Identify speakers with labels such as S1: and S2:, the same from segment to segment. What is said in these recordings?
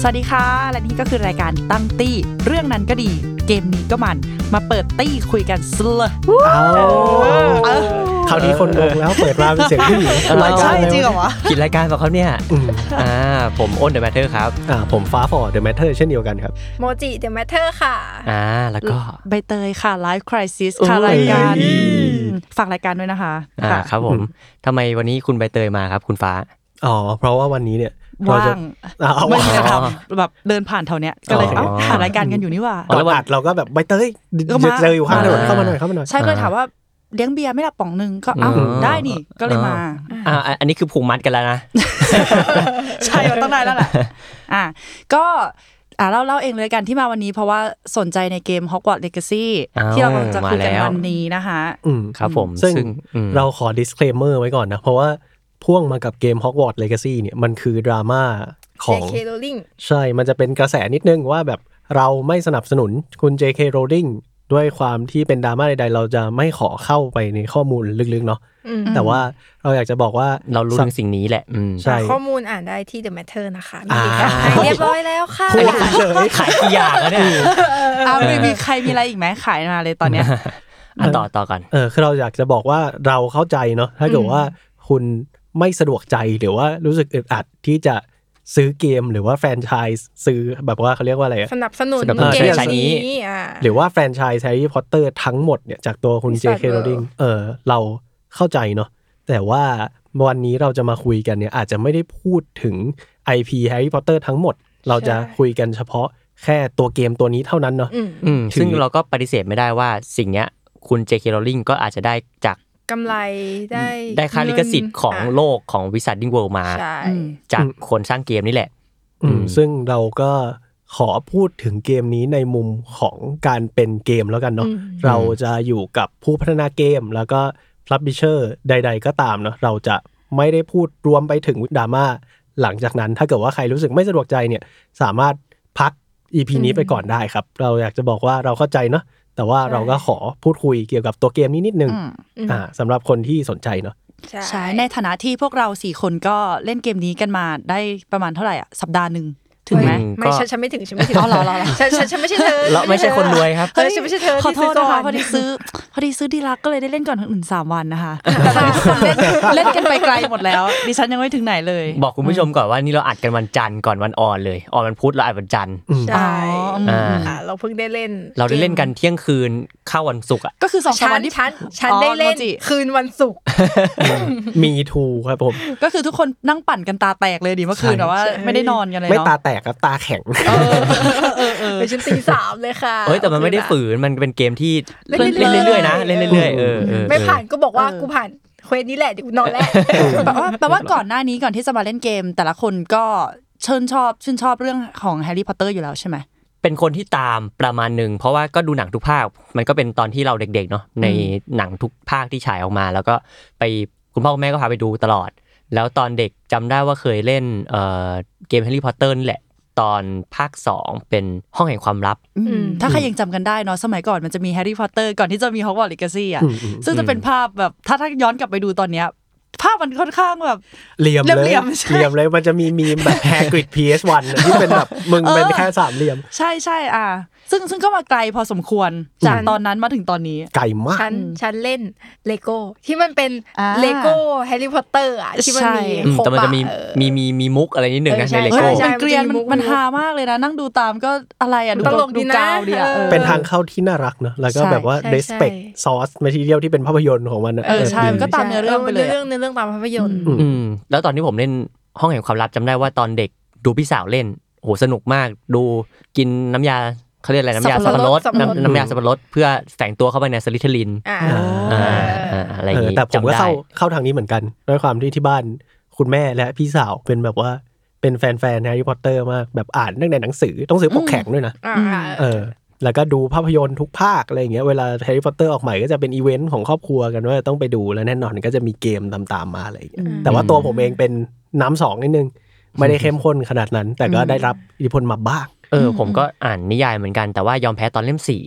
S1: สวัสดีค่ะ และนี่ก็คือรายการตั้งตี้ เรื่องนั้นก็ดี เกมนี้ก็มัน มาเปิดตี้คุยกันสลย
S2: เอา
S1: เออ
S2: คราวนี้คนงงแล้วเปิดมาเป็นเสียงผู้หญิง
S3: เออ
S2: รายการ
S1: ใช่
S2: อะไร
S1: จริงเหรอวะ
S3: ผิดราย การเปล่าครับเนี่ย
S2: อืม
S3: อ่า ผมอ้นเดอะแมทเทอร์ครับ
S2: อ่าผมฟ้าฟอร์เดอะแมทเทอร์เช่นเดียวกันครับ
S4: โมจิเดอะแมทเทอร์ค่ะ
S3: อ่า แล้วก็
S1: ใบเตยค่ะ Life Crisis ค่ะ
S3: โอ้ย
S1: รายการฝากรายการด้วยนะคะ
S3: อ่า
S1: ค่ะ
S3: ครับผม ทำไมวันนี้คุณใบเตยมาครับ คุณฟ้า
S2: อ๋อ เพราะว่าวันนี้เนี่ยเร
S1: ว่า
S2: จะ
S1: ง
S2: อ่าเอา
S1: ไม่มี
S3: น
S1: อะไรทำแบบเดินผ่านแถวเนี้ยก็เลย
S3: อ๋อ
S1: เอ้าหารายการกันอยู่นี่หว่า
S3: อ๋อ
S2: ก่อนอัดเราก็แบบใบเตย
S1: ก็มา
S2: เจออยู่ข้างถนน
S3: อ่า
S2: เข้ามาหน่อยเข้ามาหน่อย
S1: ใช่ก็เลยถามว่าเลี้ยงเบียร์ไม่หลับป๋องหนึงก็เอ้า
S3: อืม
S1: ได้นี่ก็เลยมา
S3: อ่า อันนี้คือผูกมัดกันแล้วนะ
S1: ใช่มันต้องได้แล้วแหละ อ่ะ ก็อ่ะเล่าเล่าเองเลยกันที่มาวันนี้เพราะว่าสนใจในเกม Hogwarts Legacy
S3: อ้าว
S1: ที่เรากำลังจะคุยกัน
S3: มาแล้ว
S1: วันนี้นะคะ
S2: อืม
S3: ครับผม
S2: ซึ่ง
S3: ซึ่งอืม
S2: เราขอ disclaimer ไว้ก่อนนะ เพราะว่าพ่วงมากับเกม Hogwarts Legacy เนี่ยมันคือดราม่าของ
S4: JK Rowling
S2: ใช่ มันจะเป็นกระแสนิดนึงว่าแบบเราไม่สนับสนุนคุณ JK Rowling ด้วยความที่เป็นดราม่าใดๆ เราจะไม่ขอเข้าไปในข้อมูลลึกๆเนาะ
S4: อืม
S2: แต่ว่าเราอยากจะบอกว่า
S3: เรารู้ถึง
S2: สำ
S3: สิ่งนี้แหละ อืม
S2: ใช่
S4: หาข้อมูลอ่านได้ที่เดอะแมทเทอร์นะคะมี
S2: อ่า
S4: ลิงก์อ่ะให้เรียบร้อยแล้วค่ะ
S3: อันนี้ขายขายกี่อย่างแล้วเนี่ย
S1: อ้าวมีมีใครมีอะไรอีกไหมขายมาเลยตอนเนี้ย
S3: อ่ะต่อต่อก่อน
S2: เออคือเราอยากจะบอกว่าเราเข้าใจเนาะถ้าเกิดว่าคุณไม่สะดวกใจหรือว่ารู้สึกอึดอัดที่จะซื้อเกมหรือว่าแฟรนไชส์ซื้อแบบว่าเขาเรียกว่าอะไรอะ
S4: สนับสนุน
S3: สนับสนุน
S4: เกม
S3: ใช้นี้
S4: นี้อ่า
S2: หรือว่าแฟรนไชส์แฮร์รี่พอตเตอร์ทั้งหมดเนี่ยจากตัวคุณ
S4: Wizard
S2: JK
S4: World
S2: Rowling เออเราเข้าใจเนาะแต่ว่าวันนี้เราจะมาคุยกันเนี่ยอาจจะไม่ได้พูดถึง IP แฮร์รี่พอตเตอร์ทั้งหมด เราจะคุยกันเฉพาะแค่ตัวเกมตัวนี้เท่านั้นเนาะ
S4: อืม
S3: อืม
S2: ถือ
S3: ซึ่งเราก็ปฏิเสธไม่ได้ว่าสิ่งเนี้ย คุณ J.K. Rowling ก็อาจจะได้จาก
S4: กำไรได้
S3: ได้ค่าลิขสิทธิ์ของโล
S4: ก
S3: กของวิสัทดิงเวิลมา
S4: ใช่
S1: อืม
S3: จากคนสร้างเกมนี่แหละ
S2: อืม
S3: อืม
S2: ซึ่งเราก็ขอพูดถึงเกมนี้ในมุมของการเป็นเกมแล้วกันเนาะ
S4: อืม
S2: เราจะอยู่กับผู้พัฒนาเกมแล้วก็พลับบิเชอร์ใด ๆ ก็ตามเนาะเราจะไม่ได้พูดรวมไปถึงดราม่าหลังจากนั้น ถ้าเกิดว่าใครรู้สึกไม่สะดวกใจเนี่ย สามารถพัก EP นี้ไปก่อนได้ครับ เราอยากจะบอกว่าเราเข้าใจเนาะแต่ว่าเราก็ขอพูดคุยเกี่ยวกับตัวเกมนี้นิดนึง
S1: อืม
S4: อืม
S2: อ่าสำหรับคนที่สนใจเนาะ
S1: ใช่ในฐานะที่พวกเราสี่คนก็เล่นเกมนี้กันมาได้ประมาณเท่าไหร่อ่ะสัปดาห์หนึ่งถึงไหม
S3: อื
S4: ไม่
S3: ก็
S4: ฉันฉันไม่ถึงฉันไม่ถึง
S1: อ๋อเหรอเหรอเหรอ
S4: ฉันฉันฉันไม่ใช่เธอ
S3: เราไม่ใช่คนรวยครับ
S4: เธอฉันไม่ใช่เธอ
S1: ขอโทษ
S4: ซื้
S1: นะ
S4: ก่
S1: คะพอดีซื้อ พอดีซื้อดีลักก็เลยได้เล่นก่อนคนอื่นสามวันนะคะแต่ตอนนี้ทุกคนเล่นเล่นกันไปไกลหมดแล้ว ดิฉันยังไม่ถึงไหนเลย
S3: บอกคุณผู้ชมก่อนว่านี่เราอัดกันวันจันทร์ก่อนวันออนเลยออนวันพุธเราอัดวันจันทร์
S2: อืม
S4: ใช่
S1: อ๋ออื
S3: ม
S4: อ่าเราเพิ่งได้เล่น
S3: เราได้เล่นกันเที่ยงคืนเข้าวันศุกร์อ่ะ
S1: ก็คือสองสา
S4: ฉั
S1: มวัน นที่
S4: ฉันฉันได้เล่น
S1: อ๋อโมจิ
S4: คืนวันศุกร์
S2: มีทูครับผม
S1: ก็คือทุกคนนั่งปั่นกันตาแตกเลยดิเมื่อคืน
S2: ใช่
S1: แบบว่า
S4: ใช่
S1: ไม่ได้นอนกันเลย
S2: ไม่
S1: เนาะ
S2: ตาแตกครับตาแข็ง
S4: เป็นฉันตีสามเลยค่ะ
S3: เอ้ยแต่มันไม่ได้ฝืนมันเป็นเกมที่
S4: เล่นเรื่
S3: เล่
S4: อน ย
S3: เรื่อยๆนะเล่นเรื่อยๆเออเออ
S4: ไม่ผ่านก็บอกว่ากูผ่านเควสนี้แหละเดี๋ยวกูนอนแล้ว
S1: แปลว่าแปลว่าก่อนหน้านี้ก่อนที่จะมาเล่นเกม แต่ละคนก็เชิญชอบชื่นชอบเรื่องของแฮร์รี่พอตเตอร์อยู่แล้วใช่ไหม
S3: เป็นคนที่ตามประมาณหนึ่งเพราะว่าก็ดูหนังทุกภาค มันก็เป็นตอนที่เราเด็กๆเนาะในหนังทุกภาคที่ฉายออกมา แล้วก็ไปคุณพ่อคุณแม่ก็พาไปดูตลอด แล้วตอนเด็กจำได้ว่าเคยเล่นเอ่อเกมแฮร์รี่พอตเตอร์นี่แหละ ตอนภาคสองเป็นห้องแห่งความลับ
S1: อืม
S4: อืม
S1: ถ้าใครยังจำกันได้เนาะสมัยก่อนมันจะมีแฮร์รี่พอตเตอร์ก่อนที่จะมีฮอกวอตส์เลกาซี่อ่ะ
S2: อืมอืม
S1: ซึ่งจะเป็นภาพแบบถ้าถ้าย้อนกลับไปดูตอนเนี้ยภาพมันค่อนข้างแบบ
S2: เหลี่ยมเลย
S1: เหลี่ยมใช่
S2: เหลี่ยมเลยมันจะมีมีมแบบแฮกริด PS1 น่ะที่เป็นแบบ มึงเป็นแค่สามเหลี่ยม
S1: ใช่ใช่อ่ะซึ่งซึ่งก็มาไกลพอสมควรจาก
S4: อืม
S1: ตอนนั้นมาถึงตอนนี้
S2: ไก่มาก
S4: ฉันฉันเล่นเลโก้ที่มันเป็น
S1: อ่า
S4: เลโก้แฮร์รี่พอตเตอร์อ่ะที่มันมี
S1: ใช่
S3: อืม
S4: ครบ
S3: แต่มันจะมี
S4: เออ
S3: มีมีมีมุกอะไรนิดหนึ่งนะ
S4: เออ
S3: ในเล
S4: ใช่
S1: เฮ้ย
S3: โก้
S4: ใช่
S1: มันเกลียนมัน
S4: มันจะมีมุก
S1: มันฮามากเลยนะ นั่งดูตามก็อะไรอ่ะดู
S4: ตลกดีนะ
S1: กาวดีอ่ะ
S4: เออ
S2: เป็นทางเข้าที่น่ารักเนอะแล้วก็
S1: ใช่
S2: แบบว่า
S4: ใช่
S2: respect
S4: ใช่
S2: sauce มาทีเดียวที่เป็นภาพยนตร์ของมันน่ะ
S1: เออใช่
S2: ดี
S1: มันก็ตามเนื้อเรื่องไปเลยอะ
S4: เรื่องเนื้อเรื่องตามภาพยนตร์
S2: อืม
S3: อืมแล้วตอนที่ผมเล่นห้องแห่งความลับจำได้ว่าตอนเด็กดูพี่สาวเล่นโหสนุกมาก ดูกินน้ำยาเขาเรียกอะไรน้ำยา
S4: สั
S3: สับบ ปะ
S4: ปะ
S3: ร
S4: ร
S3: ด
S4: ดสับปะรด
S3: น้ำน้ำยาสับปะรดเพื่อแฝงตัวเข้าไปในสลิทลิน
S4: อ่า
S3: อ่า
S4: เอออ่
S3: าอะไรอย่าง
S2: เออ
S3: งี้
S2: แต่ผมก็
S3: จำได้
S2: เข้าเข้าทางนี้เหมือนกันด้วยความที่ที่บ้านคุณแม่และพี่สาวเป็นแบบว่าเป็นแฟนแฟนแฮร์รี่พอตเตอร์มากแบบอ่านตั้งแต่หนังสือต้องซื้อปกแข็งด้วยนะ
S4: อ่า
S2: เออ แล้วก็ดูภาพยนตร์ทุกภาคอะไรอย่างเงี้ยเวลาแฮร์รี่พอตเตอร์ออกใหม่ก็จะเป็นอีเวนต์ของครอบครัวกันว่าต้องไปดูแล้วแน่นอนก็จะมีเกมตามๆมาอะไรอย่างเงี้ย
S1: อืม
S2: แต่ว่าตัวผมเองเป็นน้ำสองนิดนึง ไม่ได้เข้มข้นขนาดนั้น แต่ก็
S1: อืม
S2: ได้รับอิทธิพลมาบ้าง
S3: เอออ
S1: ม
S3: ผมก็อ่านนิยายเหมือนกันแต่ว่ายอมแพ้ตอนเล่มสี่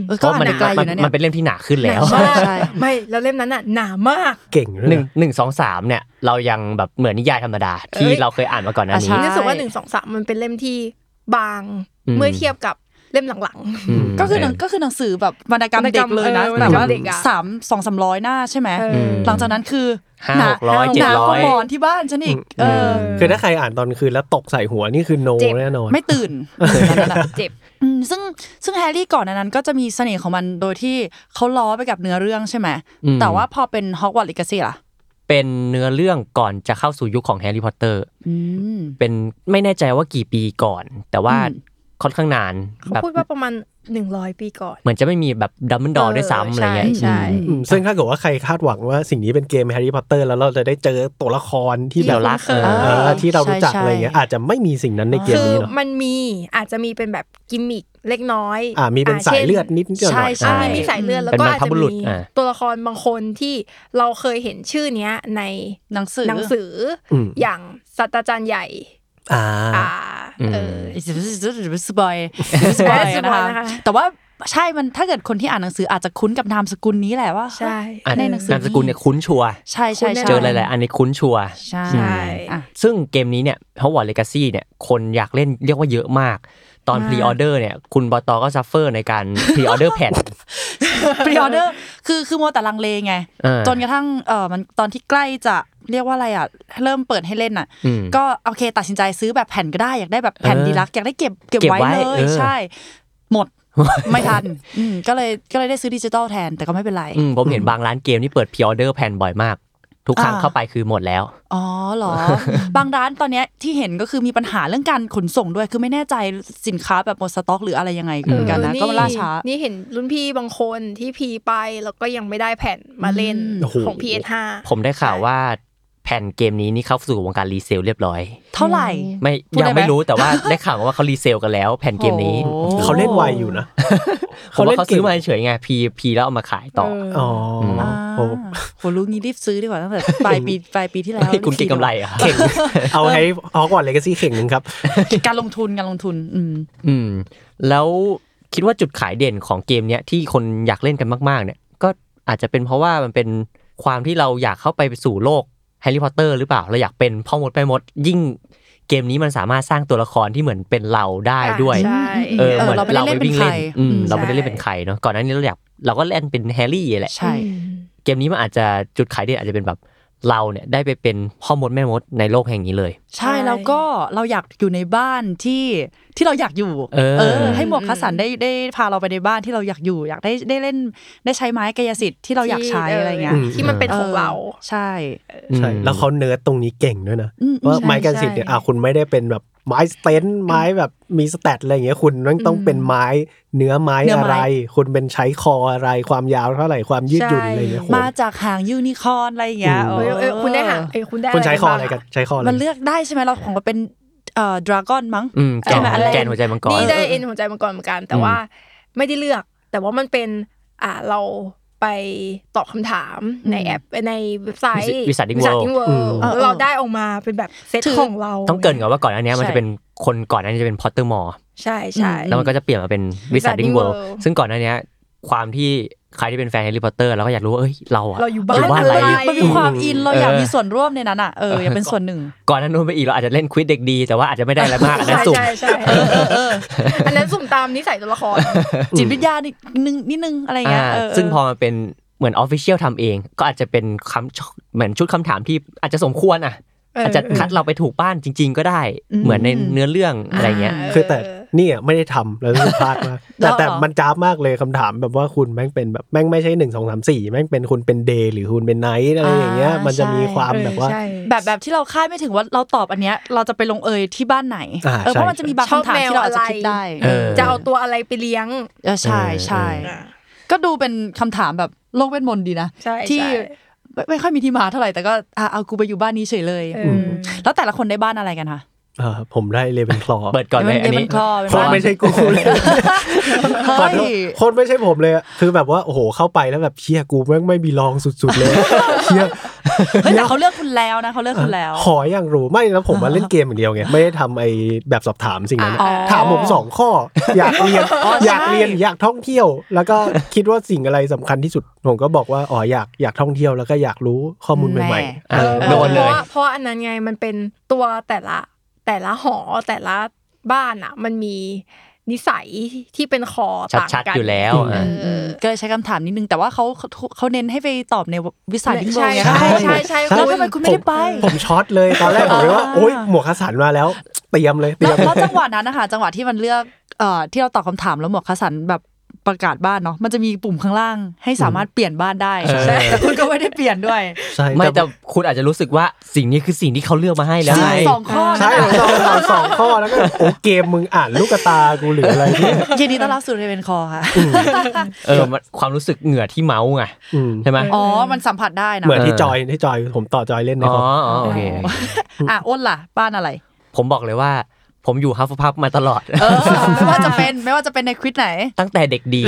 S4: ม
S1: เออ
S3: เพ
S1: ก็
S3: ราะ
S1: อ่า
S3: มั
S1: ไกลอ
S3: น น
S1: ยู่
S3: มั
S1: นะ
S3: น
S1: เนี่ย
S3: มันเป็นเล่มที่หนาขึ้นแล้ว
S4: หนามาก
S1: ใช่
S4: ไม่แล้วเล่มนั้นน่ะหนามาก
S2: เก่งด้วย
S3: หนึ่ง
S2: นะ
S3: หนึ่งสองสามเนี่ยเรายังแบบเหมือนนิยายธรรมดา ที่
S4: เอ้ย
S3: เราเคยอ่านมาก่อนหน้า
S1: อ่ะใช่
S3: นี้
S4: รู้สึกว่าหนึ่งสองสามมันเป็นเล่มที่บาง
S3: อืม
S4: เมื่อเทียบกับเล่มหลัง
S3: ม
S1: ก็คือหนังก็คือหนังสือแบบวรรณกรรม
S4: วรรณ
S1: เด็
S4: กรร
S1: ก
S4: ม
S1: เลยนะ
S4: เออวรรณ
S1: แบบ
S4: กรรม
S1: ว่า
S4: เด็กอะ
S1: สามสองสามร้อยหน้าใช่ไหม
S4: ๆเออ
S1: หลังจากนั้นคือ
S3: ห้า
S1: นา
S3: หกร้อย
S4: หนา
S3: เจ็
S1: ห
S3: ด
S1: นาก
S3: ร้อ
S1: ว่าย หมอนที่บ้านฉันอีกเออ
S2: คือถ้าใครอ่านตอนคืนแล้วตกใส่หัวนี่คือโน
S4: เจ็บ
S2: แน่นอน
S1: ไม่ตื่น
S4: เจ็บ
S1: อืมซึ่งซึ่งแฮร์รี่ก่อนอันนั้นก็จะมีเสน่ห์ของมันโดยที่เขาล้อไปกับเนื้อเรื่องใช่ไหม
S3: อืม
S1: แต่ว่าพอเป็นฮอกวอตส์ลิกซี่ล่ะ
S3: เป็นเนื้อเรื่องก่อนจะเข้าสู่ยุคของแฮร์รี่พอตเตอร์
S1: อืม
S3: เป็นไม่แน่ใจว่ากี่ปีก่อน แต่ว่า
S1: อืม
S3: ค่อนข้างนาน
S4: เขา
S3: แบบ
S4: พูดว่าประมาณหนึ่งร้อยปีก่อน
S3: เหมือนจะไม่มีแบบดัมเบิลดอร์ด้วยซ้ำอะไรเงี้ย
S4: ใช่
S3: อืม
S4: ใช่
S2: อืมซึ่งถ้าเกิดว่าใครคาดหวังว่าสิ่งนี้เป็นเกมแฮร์รี่พอตเตอร์แล้วเราจะได้เจอตัวละครที่
S4: ที่
S2: แบบ
S3: เรารัก
S4: คุ้นเคย
S2: เออที่เรารู้จัก
S1: ใช่
S2: อะไรเงี้ย
S1: ใช่
S2: อาจจะไม่มีสิ่งนั้นในเกม
S4: คือ
S2: นี้เนาะ
S4: มันมีอาจจะมีเป็นแบบกิมมิคเล็กน้อย
S2: อ่ามีเป็นสายเลือดนิดหน่อย
S4: ใช่
S2: อ่า
S4: ใช่มีสายเลือดแล้วก็อาจ
S3: เป็นบรรพ
S4: จะ
S3: บุรุษ
S4: มี
S3: อ่า
S4: ตัวละครบางคนที่เราเคยเห็นชื่อเนี้ยใน
S1: หนังสือ
S4: หนังสืออ
S2: อืม
S4: อย่างศาสตราจารย์ใหญ่
S2: อ่า
S4: อ่าเออ
S1: สบอยสบอยนะ
S4: สบอย
S1: คะ
S4: นะคะ
S1: แต่ว่าใช่มันถ้าเกิดคนที่อ่านหนังสืออาจจะคุ้นกับนามสกุลนี้แหละว่า
S4: ใช่
S3: อ่ะ
S1: ในหนังสือ
S3: นามสกุลเนี่ยคุ้นชัวร์
S1: ใช่ใช่ใช่
S3: เจอหลายๆอันนี้คุ้นชัวร์
S1: ใช่
S4: ใช่
S1: อ่ะ
S3: ซึ่งเกมนี้เนี่ย Hogwarts Legacy เนี่ย คนอยากเล่นเรียกว่าเยอะมาก ตอน
S1: มาก
S3: Pre-Order เนี่ย คุณบอตอก็ซัฟเฟอร์ในการ Pre-Order แผ่น
S1: พรีออเดอร์คือคือมัวแต่ลังเลไง
S3: เออ
S1: จนกระทั่งเออมันตอนที่ใกล้จะเรียกว่าอะไรอ่ะ เริ่มเปิดให้เล่นอ่ะ
S3: อืม
S1: ก็โอเค ตัดสินใจซื้อแบบแผ่นก็ได้อยากได้แบบแผ่น
S3: เออ
S1: ดีลักซ์อยากได้เก็บเก็บ
S3: เก็บ
S1: ไว้
S3: ไว้
S1: เลย
S3: เออ
S1: ใช่ หม ดไม่ทันอืมก็เลยก็เลยได้ซื้อดิจิตอลแทนแต่ก็ไม่เป็นไร
S3: อืมผมเห็นบางร้านเกมที่เปิด Pre-Order แผ่นบ่อยมาก ทุกครั้ง
S1: อ่า
S3: เข้าไปคือหมดแล้ว
S1: อ๋อเหรอ บางร้านตอนเนี้ยที่เห็นก็คือมีปัญหาเรื่องการขนส่งด้วย คือไม่แน่ใจสินค้าแบบหมดสต็อก หรืออะไรยังไงเหมือนกันนะ
S4: เออ
S1: ก็ล่าช้า
S4: นี่เห็นรุ่นพี่บางคนที่พีไปแล้วก็ยังไม่ได้แผ่นมาเล่น
S1: อืม
S4: ของ
S2: โอ้โห
S4: PS5
S3: ผมได้ข่าวว่าแผ่นเกมนี้นี่เข้าสู่วงการรีเซลเรียบร้อย
S1: เท่าไหร่
S3: ไม่
S1: พูดได้
S3: ยัง
S1: ไหม
S3: ไม่รู้แต่ว่า ได้ข่าวว่าเขารีเซลกันแล้ว แผ่นเกมนี้
S1: โอ้โห
S2: เขาเล่นไวอยู่นะ
S3: เขาว่าเขา
S2: ก่
S3: ซื้
S2: ง
S3: อมาเฉยๆไง พีพีแล้วเอามาขายต่อ
S2: อ๋อ
S1: อ่า
S2: โอ้
S1: โหรู้งี้รีบซื้อดีกว่าตั้งแต่ปลายปีปลายปีที่แล้ว
S3: ให้คุณเก็งกำไรเหรอ่ะ
S2: เข่งเอาให้ฮอกวอตเลกาซี่เข่งหนึ่งครับ
S1: การลงทุนการลงทุนอืม
S3: อืม แล้วคิดว่าจุดขายเด่นของเกมเนี้ยที่คนอยากเล่นกันมาก ๆ เนี่ย ก็อาจจะเป็นเพราะว่ามันเป็นความที่เราอยากเข้าไปสู่โลกแฮร์รี่พอตเตอร์หรือเปล่า เราอยากเป็นพ่อมดแม่มด ยิ่งเกมนี้มันสามารถสร้างตัวละครที่เหมือนเป็นเราได้ด้วย
S4: ใช่
S3: เออ
S1: เออ
S3: เหมือน
S1: เราไม่ได้
S3: เราไป
S1: เล่นเป็น
S3: วิ่ง
S1: ใคร
S3: เล่นอืม
S1: อืม
S3: เราไม่ได้เล่น
S4: ใช่
S3: เป็นใครเนาะก่อนหน้านี้เราอยากเราก็เล่นเป็นแฮร์รี่แหละ
S1: ใช่
S4: อืม
S3: เกมนี้มันอาจจะจุดขายเด่นอาจจะเป็นแบบเราเนี่ยได้ไปเป็นพ่อมดแม่มดในโลกแห่งนี้เลย
S1: ใช่แล้วก็เราอยากอยู่ในบ้านที่ที่เราอยากอยู่
S3: เออ
S1: ให้หมวกคัสสันได้ได้พาเราไปในบ้านที่เราอยากอยู่ อยากได้ได้เล่นได้ใช้ไม้กายสิทธิ์ที่เราอยากใช้
S4: ที่
S1: อะไรเงี้ย
S2: อืม
S4: ที่มันเป็นของเรา
S1: ใช่
S2: ใช่แล้วเขาเนิร์ดตรงนี้เก่งด้วยนะ
S1: อืม
S2: ว่า
S1: ใช่
S2: ไม้กันสิทธิ์เนี่ย
S4: ใช่
S2: อ่ะคุณไม่ได้เป็นแบบไม้สเตนท์ไม้แบบมีสแตทอะไรอย่างเงี้ยคุณมันต้องเป็นไม้เนื้อไม้
S1: เนื้อ
S2: อะ
S1: ไม้
S2: ไร คุณเป็นใช้คออะไรความยาวเท่าไหร่ความยืดหยุ่นอะไรอย่างเงี้ยโห
S1: มาจากหางยูนิคอร์นอะไรเงี้ย
S2: อืม
S4: เอ้ยเอ้ยคุณได้หาเอ้ยคุณได้
S2: คุณใช้คอ
S4: บ้าง
S2: อะไรกันใช้คออะไร
S1: มันเลือกได้ใช่ไหมเราของเราเป็นเอ่อดราก้อนมั้ง
S3: อืมแกน
S1: ใช่ไหมอะไร
S3: แกนหัวใจมังกร
S4: นี่ได้เอ็นหัวใจมังกรเหมือนกัน แต่
S3: อืม
S4: ว่าไม่ได้เลือก แต่ว่ามันเป็นอ่าเราไปตอบคำถามในแอปในเว็บไซต์
S3: วิสัทดิง
S4: วิ
S3: เวิ
S4: สัท
S3: ล
S4: ดิง
S3: ด์
S4: เวิลด์
S1: อืม
S4: เราได้ออกมาเป็นแบบเซต
S1: ถือ
S4: ของเรา
S3: ต้องเกรินก่อนว่าก่อนอันเนี้ยมัน
S1: ใช่
S3: จะเป็นคนก่อนอันนี้จะเป็นพอตเตอร์มอร์
S4: ใช่ใช่
S3: แล้วมันก็จะเปลี่ยนมาเป็นวิสัท
S4: Wizarding
S3: ดิงเวิลด์
S4: World
S3: ซึ่งก่อนอันเนี้ยความที่ใครที่เป็นแฟนแฮร์รี่พอตเตอร์เราก็อยากรู้ว่าเอ้ยเราอะ
S4: เราอยู่บ้าน
S3: อยู่บ้านอะไร
S1: มันมีความอินเราอยาก
S3: เออ
S1: มีส่วนร่วมในนั้นอ่ะเอออยากเป็นส่วนหนึ่ง
S3: ก่อนหนั้านนู้นไปอีกเราอาจจะเล่นควิดเด็กดีแต่ว่าอาจจะไม่ได้อะไรมากอันนั้น
S4: ใช่
S3: สุ่ม
S4: ใช่ใช่เออเออเอออันนั้นสุ่มตามนิสัยตัวละคร
S1: จิตวิทยานิดนึงนิดนึงอะไรเงี้
S3: อ่าย
S1: เออ
S3: ซึ่งพอมันเป็นเหมือนออฟฟิเชียลทำเอง ก็อาจจะเป็นคำเหมือนชุดคำถามที่อาจจะสมควรอ่ะ
S4: เอออ
S3: อาจจะคัดเราไปถูกบ้านจริง ๆ ก็ได้ เหมือนในเนื้อเรื่องอะไรเงี้ย
S2: คือแต่เนี่ยไม่ได้ทำแล้วรู้สึกพลาด มากแต่แต่มันจ้าบมากเลยคำถามแบบว่าคุณแม่งเป็นแบบแม่งไม่ใช่หนึ่งสองสามสี่แม่งเป็นคุณเป็นเดย์หรือคุณเป็นไนท์อะไรอย่างเงี้ยมันจะมีความ
S4: เออ
S2: แบบว่า
S4: ใช่
S1: แบบแบบที่เราคาดไม่ถึงว่าเราตอบอันเนี้ยเราจะไปลงเอยที่บ้านไหน
S2: อ่า
S1: เออ
S2: ใช่
S1: เพราะมันจะมีบาง
S4: ชอบ
S1: คำถาม
S4: แมว
S1: ที่เราอาจจะ
S4: อะไร
S1: คิดได้
S3: เออ
S4: จะเอาตัวอะไรไปเลี้ยง
S1: เออใช่ใช่
S3: เออ
S1: ก็ดูเป็นคำถามแบบโลกเวทมนต์ดีนะ
S4: ใช่
S1: ที่
S4: ใช่
S1: ไม่ไม่ค่อยมีที่มาเท่าไหร่แต่ก็อ่ะเอากูไปอยู่บ้านนี้เฉยเลย
S4: เออ
S1: มแล้วแต่ละคนได้บ้านอะไรกันคะ
S2: อ่าผมได้เลเวนคลอ
S3: เปิดก่อนเลยอัน
S1: มั
S3: นี้
S1: คลอเป็น
S2: โคตร
S1: บ้าน
S2: ไม่ใช่กูเลย
S1: เฮ้ย
S2: โคตรไม่ใช่ผมเลยอะคือแบบว่าโอ้โหเข้าไปแล้วแบบเชียกูแม่งไม่มีรองสุดๆเลย เชีย
S1: เฮ้ยแต่เขาเลือกคุณแล้วนะเขาเลือกคุณแล้ว
S2: ขออย่างรู้ไม่แล้วผมมาเล่นเกมอย่างเดียวไงไม่ได้ทำไอ้แบบสอบถามสิ่งนั้น
S4: อ๋อ
S2: ถามผมสองข้อ อยากเรียน
S1: อ๋อใช่
S2: อยากเรียนอยากท่องเที่ยว แล้วก็คิดว่าสิ่งอะไรสำคัญที่สุดผมก็บอกว่าอ๋ออยากอยากท่องเที่ยวแล้วก็อยากรู้ข้อมูลใหม่
S3: อ่ะ
S4: เออ
S3: โดน
S4: เพ
S3: เล
S4: ราะ
S3: ย
S4: ว่าเพราะว่าอันนั้นไงมันเป็นตัวแต่ละแต่ละหอแต่ละบ้านอ่ะ มันมีนิสัยที่เป็นคอต่าง
S3: ชัด
S4: กั
S3: ๆ
S4: น
S3: อยู่แล้วอ่ะ
S4: เออ
S1: อืมก็เลยใช้คำถามนิดนึงแต่ว่าเขาเขาเขาเน้นให้ไปตอบในวิสาดิ้งโบ
S4: ใช่
S1: ไง
S4: ใช่
S2: ใช่
S4: ใช่ใช่
S2: ใช่
S1: แล้ว
S4: คุ
S1: ทำ
S4: ณ
S1: ไมคุณไม่ได้ไป
S2: ๆ ผมช็อตเลยตอนแรกผมเลยว่า
S1: อ่า
S2: โอ๊ยหมวกคสันมาแล้ว เตรียมเลยเตรี
S1: แล้
S2: ยว ม
S1: แล้วจังหวะนั้นนะคะจังหวะที่มันเลือกเอ่อที่เราตอบคำถามแล้วหมวกคสันแบบประกาศบ้านเนาะมันจะมีปุ่มข้างล่างให้สามารถเปลี่ยนบ้านได้
S3: เออ
S1: แต่คุณก็ไม่ได้เปลี่ยนด้วย
S2: ใช่
S3: ไม่แต่คุณอาจจะรู้สึกว่าสิ่งนี้คือสิ่งที่เขาเลือกมาให้แล้ว
S1: ซึ่ง
S3: ไง
S1: สองข้อ
S2: ใช่
S1: นะ
S2: ผมตอบถามสองข้อแล้วก็โอ้เกมมึงอ่านลูกตากูหรืออะไรเนี่ย
S1: ยินดีต้อนรับสู่เรเวนคอร์ค่ะ
S3: เออมันความรู้สึกเหงื่อที่เมาส์ไง
S2: อืม
S3: ใช่ไหม
S1: อ๋อมันสัมผัสได้นะ
S2: เหมือนที่จอยที่จอยผมต่อจอยเล่นใน
S3: อ๋
S2: ค
S3: อ
S2: อม
S3: อ๋อโอเค
S1: อ่ะอ้นล่ะ บ้านอะไร
S3: ผมบอกเลยว่า ผมอยู่ฮัฟเฟิลพัฟมาตลอด
S1: เออไม่ว่าจะเป็นไม่ว่าจะเป็นในควิดไหน
S3: ตั้งแต่เด็ก ดี